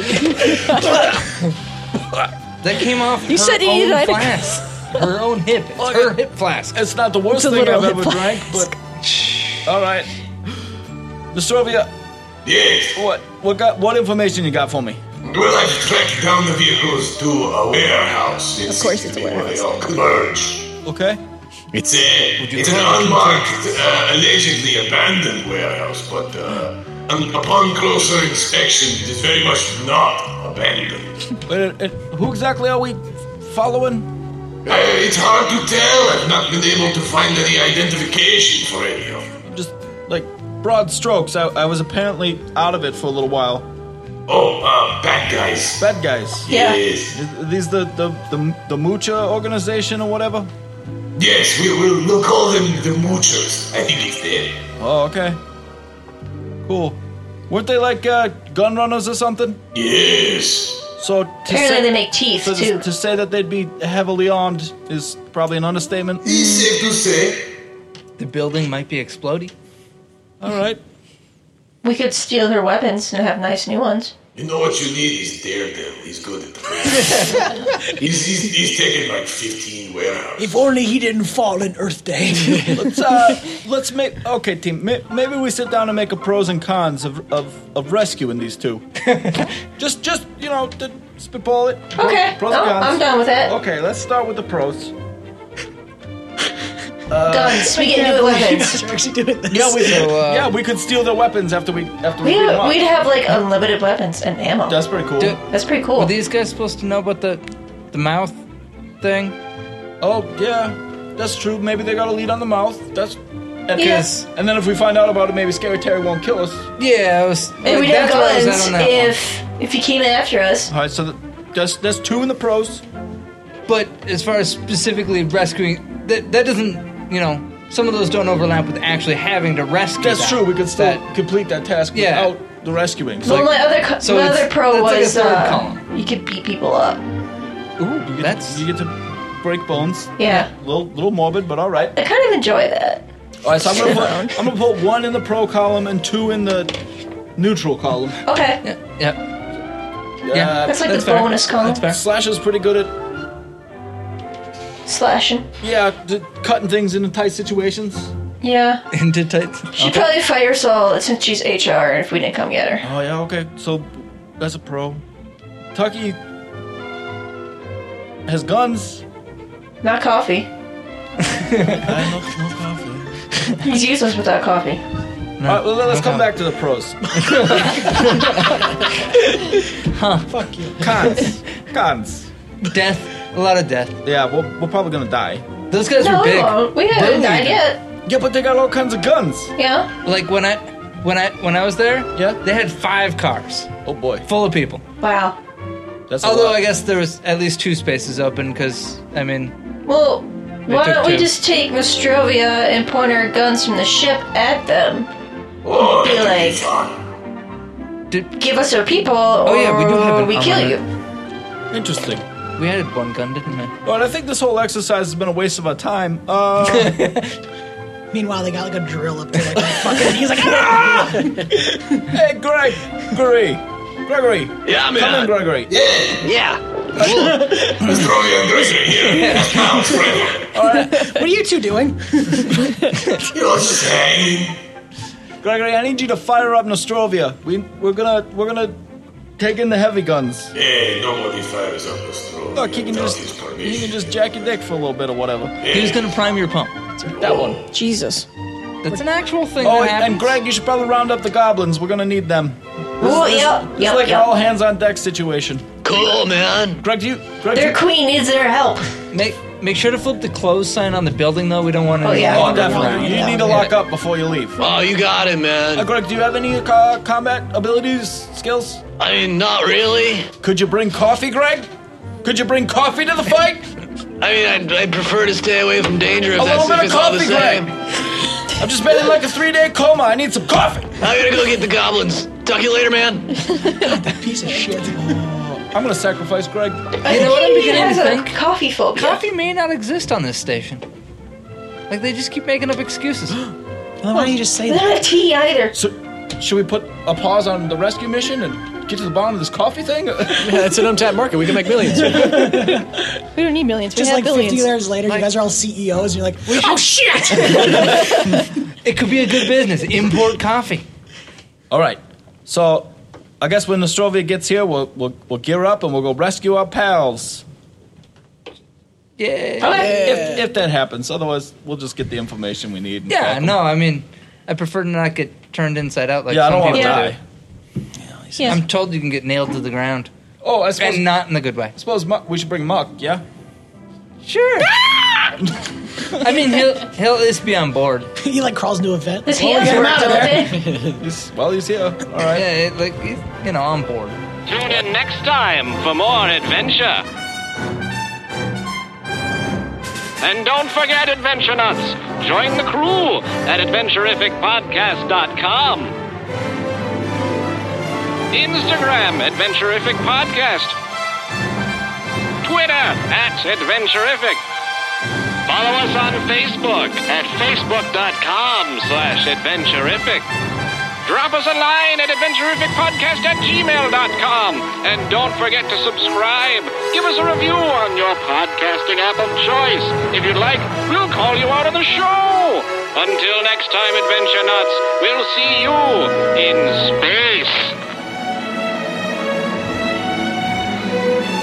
god.
That came off.
You
her
said you
own
needed a-
flask. her own hip. It's her hip flask.
It's not the
It's
worst
a
thing
literal
I've ever
hip *laughs*
drank, but all right. Nostrovia,
Yes.
what what got what information you got for me?
Well, I've tracked down the vehicles to a warehouse. It
Of course
seems to be where they all converge.
Okay.
It's, a, it's an unmarked, uh, allegedly abandoned warehouse, but uh, un- upon closer inspection, it is very much not abandoned.
But it, it, who exactly are we following?
Uh, it's hard to tell. I've not been able to find any identification for any of them.
Just like broad strokes. I, I was apparently out of it for a little while.
Oh, uh, bad guys.
Bad guys.
Yeah. Yes.
Are these the the the, the Mucha organization or whatever?
Yes, we will we'll call them the Moochers. I think it's them.
Oh, okay. Cool. Weren't they like uh, gun runners or something?
Yes.
So to
Apparently they make teeth,
so to-
too.
To say that they'd be heavily armed is probably
*laughs*
an understatement.
Easy to say.
The building might be exploding.
All right.
We could steal their weapons and have nice new ones.
You know what you need is Daredevil. He's good at that. he's, he's, he's taken like 15 warehouses.
If only he didn't fall in Earth Day.
Let's uh, let's make okay, team. May, maybe we sit down and make a pros and cons of of, of rescuing
*laughs*
these two. just just you know, to spitball it.
Okay. Oh,
Pros
No,
and cons.
I'm done with that.
Okay, let's start with the pros. Uh,
Guns, we get new weapons.
We're actually doing this. *laughs* Yeah, we could,
uh,
yeah, we could steal their weapons after we after we.
*laughs* We
beat 'em up.
we'd have *laughs* like unlimited weapons and ammo.
That's pretty cool.
That's pretty cool.
Were these guys supposed to know about the the mouth thing?
Oh yeah, that's true. Maybe they got a lead on the mouth. That's and,
Yeah.
and then if we find out about it, maybe Scary Terry won't kill us.
Yeah, I was.
And we'd have guns if if he came after us.
All right, so th- there's there's two in the pros.
But as far as specifically rescuing, that that doesn't, you know, some of those don't overlap with actually having to rescue.
That's true, we could still
complete
that task
without
the rescuing.
Well, my other co- my other pro was uh, you could beat people up.
Ooh, you get, that's you get to break bones.
Yeah.
little little morbid, but all right.
I kind of enjoy that.
All right, so I'm gonna *laughs* put I'm gonna put one in the pro column and two in the neutral column. Uh,
Okay.
Yep.
Yeah,
That's like the bonus column. That's fair.
Slash is pretty good at
slashing.
Yeah, d- cutting things into tight situations.
*laughs* Yeah.
Into tight.
She'd probably fire us all since she's HR if we didn't come get her.
Oh yeah, okay. So that's a pro. Tucky has guns.
Not coffee. *laughs* He's useless without coffee.
All right, well, let's come back to the *laughs* pros.
huh. Fuck you.
*laughs* Cons. Cons.
Death. A lot of death.
Yeah, we're, we're probably gonna die.
Those guys
no,
were
we
big.
won't. We haven't
Big.
died yet.
Yeah, but they got all kinds of guns.
Yeah.
Like when I, when I, when I was there.
Yeah.
They had five cars.
Oh boy.
Full of people.
Wow.
That's
Although I guess there was at least two spaces open because I mean.
Well,
They
why
took
don't we
two.
just take Nostrovia and point our guns from the ship at
*gasps*
them?
Oh,
be like, give us our people, or
Oh, yeah, we do have an
we kill
armor.
you.
Interesting.
We had one gun, didn't we?
All right, I think this whole exercise has been a waste of our time. Uh, *laughs*
Meanwhile, they got like a drill up there, like fucking. He's like, ah!
hey, Greg, Gregory, Gregory.
Yeah, man.
Come in, Gregory.
Yeah.
yeah.
Nostrovia and Gregory *laughs* here. Now, Fred,
What are you two doing?
You're just hanging.
Gregory, I need you to fire up Nostrovia. We we're gonna we're gonna take in the heavy guns.
Hey, nobody fires up Nostrovia.
Look, he can
without
just
his
he
permission.
can just jack your dick for a little bit or whatever.
He's
gonna prime your pump.
That one.
Jesus.
That's an actual thing that
Oh, and- and
happens.
Greg, you should probably round up the goblins. We're gonna need them.
Oh, yep,
It's
yep,
like
yep.
an all hands on deck situation.
Cool, man.
Greg, do you? Greg, do
Their
you-
queen needs their help.
Make make sure to flip the close sign on the building though. We don't want to.
Oh, yeah.
Oh, definitely. You need to lock up before you leave.
Oh, you got it, man.
Uh, Greg, do you have any uh, combat abilities, skills?
I mean, not really.
Could you bring coffee, Greg? Could you bring coffee to the fight?
I mean, I'd, I'd prefer to stay away from danger if
A
that's
little bit of
if it's all the
coffee, Greg.
same.
I've just been in like a three-day coma. I need some coffee.
I'm gonna go get the goblins. Talk to you later, man.
Piece of shit. I'm gonna sacrifice Greg.
*laughs* You know what I'm beginning
has
to
a
think?
Coffee phobia.
Coffee may not exist on this station. Like they just keep making up excuses.
Why don't you just say that?
Not a tea either.
So, should we put a pause on the rescue mission and get to the bottom of this coffee thing? *laughs*
Yeah, it's an untapped market. We can make millions.
We don't need millions. We
Just
have
like
billions.
50 years later, you guys are all
E
CEOs, and you're like, oh shit!
It could be a good business. Import coffee.
All right. So, I guess when Nostrovia gets here, we'll, we'll we'll gear up and we'll go rescue our pals.
Yeah.
*laughs*
If, if that happens, otherwise we'll just get the information we need. and
Yeah.
fuck 'em.
No, I mean, I prefer to not get turned inside out like
yeah, I
some
don't want to
people
die.
do. I'm told you can get nailed to the ground,
Oh, I suppose
and not in a good way.
I suppose Muck, we should bring Muck. Yeah.
Sure. *laughs* I mean, he'll he'll at least be on board.
he like crawls into a vent.
His
Well,
hands
get him
were
out
out
of
of
there.
He's, well, he's here. All right.
Yeah, it, like he's, you know, on board.
Tune in next time for more adventure. And don't forget, Adventure Nuts! Join the crew at AdventurificPodcast.com. Instagram, Adventurific Podcast. Twitter, at Adventurific. Follow us on Facebook at Facebook.com slash Adventurific. Drop us a line at adventurificpodcast at gmail.com. And don't forget to subscribe. Give us a review on your podcasting app of choice. If you'd like, we'll call you out on the show. Until next time, Adventure Nuts, we'll see you in space.
Thank you.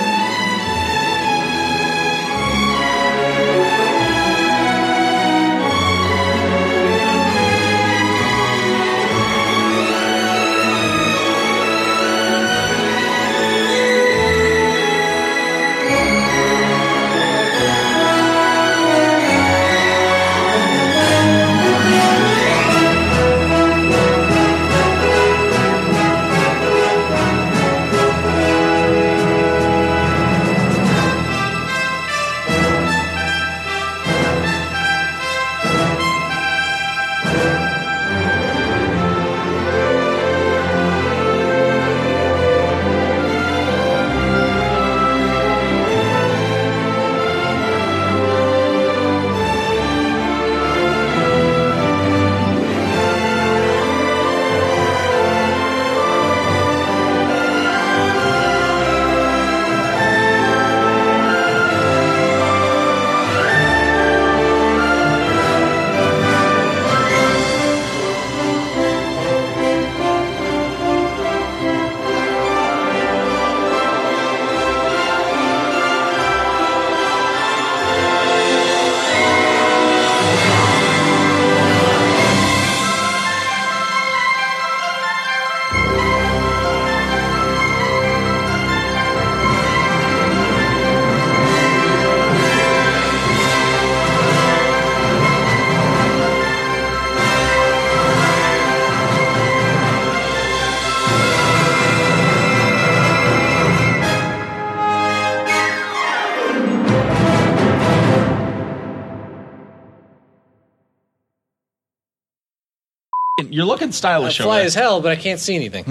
You're looking
I
stylish.
fly
over
as hell, but I can't see *laughs* anything.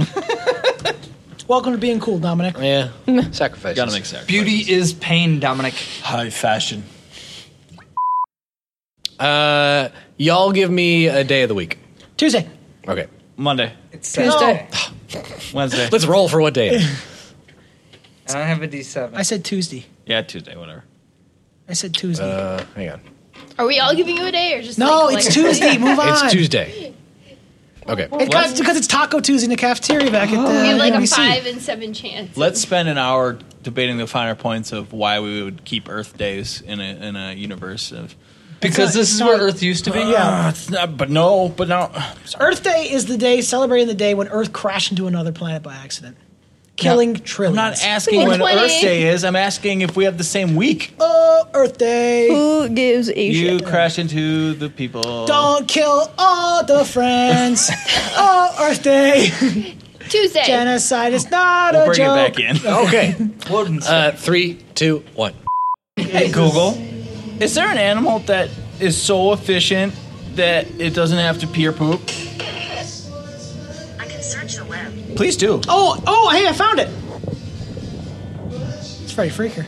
Welcome to being cool, Dominic.
Yeah. Sacrifice.
Gotta make sacrifices.
Beauty is pain, Dominic.
High fashion.
Uh, y'all give me a day of the week.
Tuesday.
Okay.
Monday.
It's
Tuesday.
Wednesday. *laughs*
Let's roll for what day. *laughs* it is.
I don't have a D7.
I said Tuesday.
Yeah, Tuesday, whatever.
I said Tuesday.
Uh, hang on.
Are we all giving you a day or just
No,
like-
it's
*laughs* like-
Tuesday. Move on.
It's Tuesday. Okay.
It got- because it's Taco Tuesday in the cafeteria back at the
we Oh, have like a
NBC.
five and seven chance.
Let's spend an hour debating the finer points of why we would keep Earth days in a in a universe of
Because this is where Earth used to be.
yeah, it's not, but no, but no.
Earth Day is the day celebrating the day when Earth crashed into another planet by accident, killing trillions.
I'm not asking when Earth Day is. I'm asking if we have the same week.
Oh, Earth Day.
Who gives a
You crash into the people.
Don't kill all the
*laughs*
friends. oh, Earth Day.
Tuesday.
Genocide is not a joke.
Okay. uh, three, two, one.
*laughs* Hey Google, is there an animal that is so efficient that it doesn't have to pee or poop?
I can search the web.
Please do.
Oh, oh, hey, I found it. It's Freddy Freaker.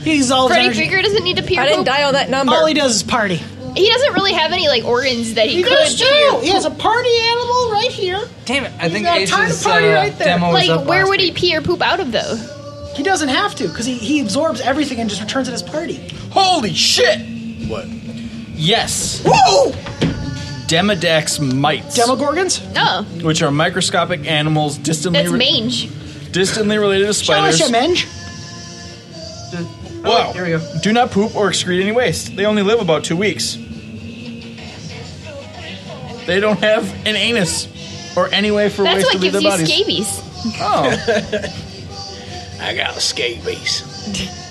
He's all
Freddy
energy.
Krieger doesn't need to pee.
I didn't
dial that
All he does is party.
He doesn't really have any like organs that he
He
could
does
pee
too.
or
He has a party animal right here.
Damn it! I
He's
think
got time to
Ace's
party
uh,
right there.
demo is
Like,
up.
where
last
would he pee or poop out of though?
He doesn't have to because he, he absorbs everything and just returns at his party.
Holy shit!
What?
Yes.
Whoa!
Demodex mites,
Demogorgons?
No,
which are microscopic animals distantly
that's
re-
mange.
distantly related to spiders.
mange.
Wow. Here we go. Do not poop or excrete any waste. They only live about two weeks. They don't have an anus or any way for
That's
waste
what
to
gives
leave their
you
bodies.
scabies.
Oh.
I got scabies.